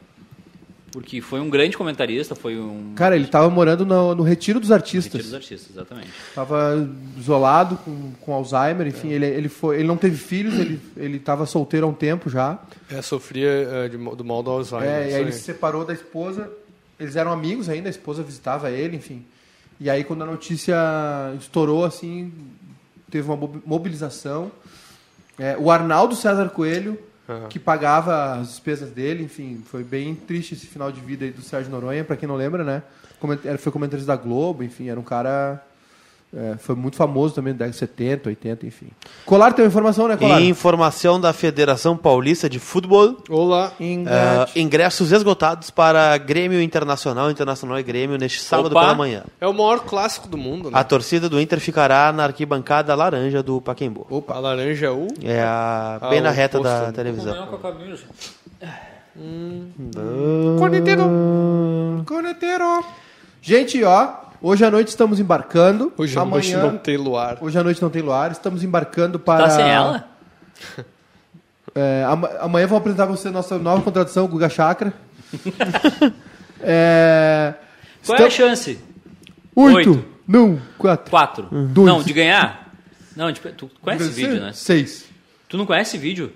porque foi um grande comentarista, foi um Cara, ele tava morando no, no Retiro dos Artistas. retiro dos artistas, exatamente. Tava isolado com, com Alzheimer, enfim. Ele, ele, foi, ele não teve filhos, ele, ele tava solteiro há um tempo já. É, sofria ah, de mal- do mal do Alzheimer. É, e isso aí aí. ele se separou da esposa. Eles eram amigos ainda, a esposa visitava ele, enfim. E aí quando a notícia estourou, assim, teve uma mobi- mobilização. É, o Arnaldo César Coelho, que pagava as despesas dele, enfim, foi bem triste esse final de vida aí do Sérgio Noronha, pra quem não lembra, né? Coment- era- Foi comentarista da Globo, enfim, era um cara É, foi muito famoso também na década de 70, 80, enfim. Colar tem uma informação, né, Colar? Informação da Federação Paulista de Futebol. Olá. Ah, ingressos esgotados para Grêmio Internacional, Internacional e Grêmio neste sábado Opa. pela manhã. É o maior clássico do mundo, né? A torcida do Inter ficará na arquibancada laranja do Pacaembu. Opa, a laranja é o... É a, Ah, bem na o reta posto. da televisão. com a camisa. Corneteiro. Corneteiro. Gente, ó, hoje à noite estamos embarcando. Hoje é um à noite Amanhã, não tem luar. Hoje à noite não tem luar, estamos embarcando para. Tá sem ela? É, ama- amanhã vou apresentar pra você nossa nova contradição, Guga Chakra. é, Qual é a estamos- chance? Oito, Oito. não, quatro. Quatro. Dois. Não, de ganhar? Não, de- tu conhece esse vídeo, né? Seis. Tu não conhece esse vídeo?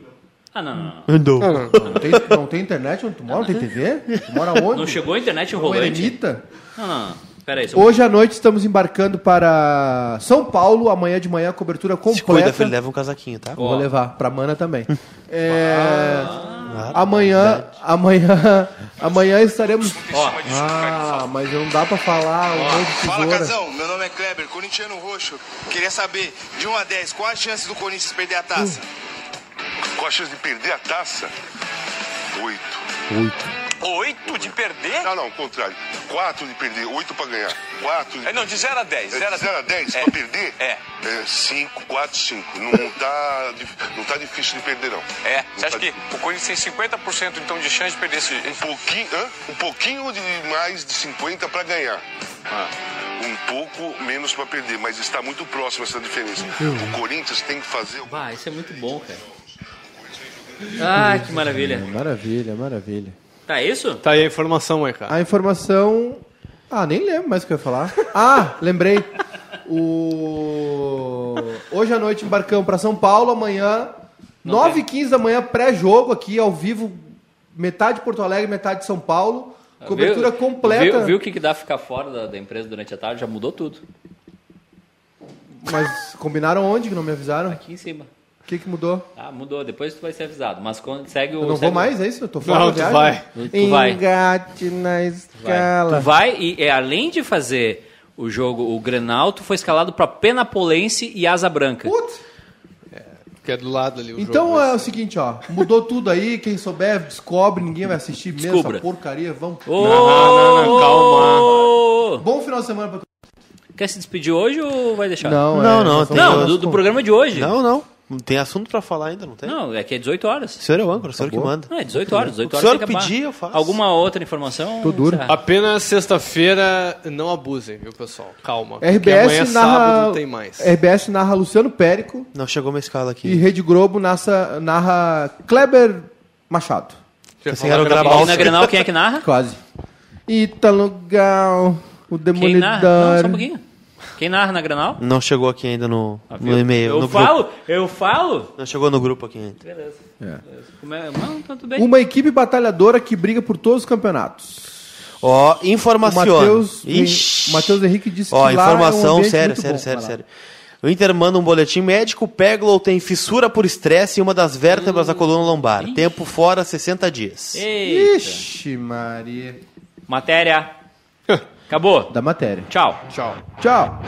Ah, não, não, não. Andou. Não tem, não tem internet onde tu mora? Não tem TV? Tu mora onde? Não chegou Então. a internet Uma rolante? eremita? Não, não, não. Pera aí. só- um Hoje à noite estamos embarcando para São Paulo. Amanhã de manhã, cobertura Se cuida, completa. filho, leva um casaquinho, tá? Vou levar pra Mana também. É, Ah. amanhã, amanhã, amanhã estaremos. Ó, Ah, mas não dá pra falar um monte de Fala, tesoura. Casão. Meu nome é Kleber, corintiano roxo. Queria saber, de 1 a 10, qual a chance do Corinthians perder a taça? Com a chance de perder a taça? Oito. é Oito de perder? Ah, não, contrário. Quatro de perder, oito pra ganhar. Quatro de... É, Não, de 0 a 10. É, de zero a dez É. pra perder? É. É, Cinco, quatro, cinco. Não tá, dif- não tá difícil de perder, não. É, Não você acha tá que o Corinthians tem 50% então de chance de perder esse... Um pouquinho, hã? um pouquinho de mais de 50 para ganhar. Ah. Um pouco menos para perder, mas está muito próximo essa diferença. O Corinthians tem que fazer. Ah, isso é muito bom, cara. Ah, que maravilha. Maravilha, maravilha. Tá isso? Tá aí a informação aí, cara. A informação. Ah, nem lembro mais o que eu ia falar. Ah, lembrei. O... Hoje à noite embarcamos pra São Paulo, amanhã, 9h15 da manhã, pré-jogo aqui, ao vivo, metade de Porto Alegre, metade de São Paulo. Cobertura Ah, Tá, Viu- completa. Viu, viu o que, que dá ficar fora da, da empresa durante a tarde? Já mudou tudo. Mas combinaram onde que não me avisaram? Aqui em cima. O que, que mudou? Ah, mudou. Depois tu vai ser avisado. Mas quando segue o. Eu não segue vou o- mais, é isso? Eu tô fora Não, da tu viagem? vai. Tu vai. Engate na Vai. escala. Tu vai e é, além de fazer o jogo, o Grenal, tu foi escalado pra Penapolense e Asa Branca. Putz. Que é do lado ali o Então jogo. é o seguinte, ó. Mudou tudo aí. Quem souber, descobre. Ninguém vai assistir mesmo Descubra. essa porcaria. Vamos. Ô! não, não, calma. Bom final de semana pra tu. Quer se despedir hoje ou vai deixar? Não, não, já tem- falamos. é, Não, do, do programa de hoje. Não, não. Não tem assunto pra falar ainda, não tem? Não, é que é 18 O horas. senhor é o âncora, o senhor que manda. Não, é 18 horas. 18 O horas senhor tem que acabar. pedir, eu faço. Alguma outra informação? Tô duro. Será? Apenas sexta-feira, não abusem, viu, pessoal? Calma. porque amanhã é RBS narra. sábado tem mais. RBS narra Luciano Périco Não chegou minha escala e aqui. Rede Globo narra, narra Kleber Machado. Já Pensei que era o falaram Grabalsa. E na Grenal, quem é que narra? Quase. Ítalo Gal, Quem o Demolidor. narra? Não, só um pouquinho. Quem narra na Granal? Não chegou aqui ainda no, no e-mail. Ah, Eu no falo, Grupo. eu falo. Não chegou no grupo aqui ainda. Beleza. É. Como é- Não, tá tudo bem. Uma equipe batalhadora que briga por todos os campeonatos. Ó, O informação. Matheus Ixi. o Matheus Henrique disse Ó, que lá é um informação ambiente sério, muito sério, bom sério, pra lá. sério. O Inter manda um boletim médico. Peglow tem fissura por estresse em uma das vértebras da coluna lombar. Tempo fora 60 dias. Eita. Ixi, Maria. Matéria. Acabou. Da matéria. Tchau. Tchau. Tchau.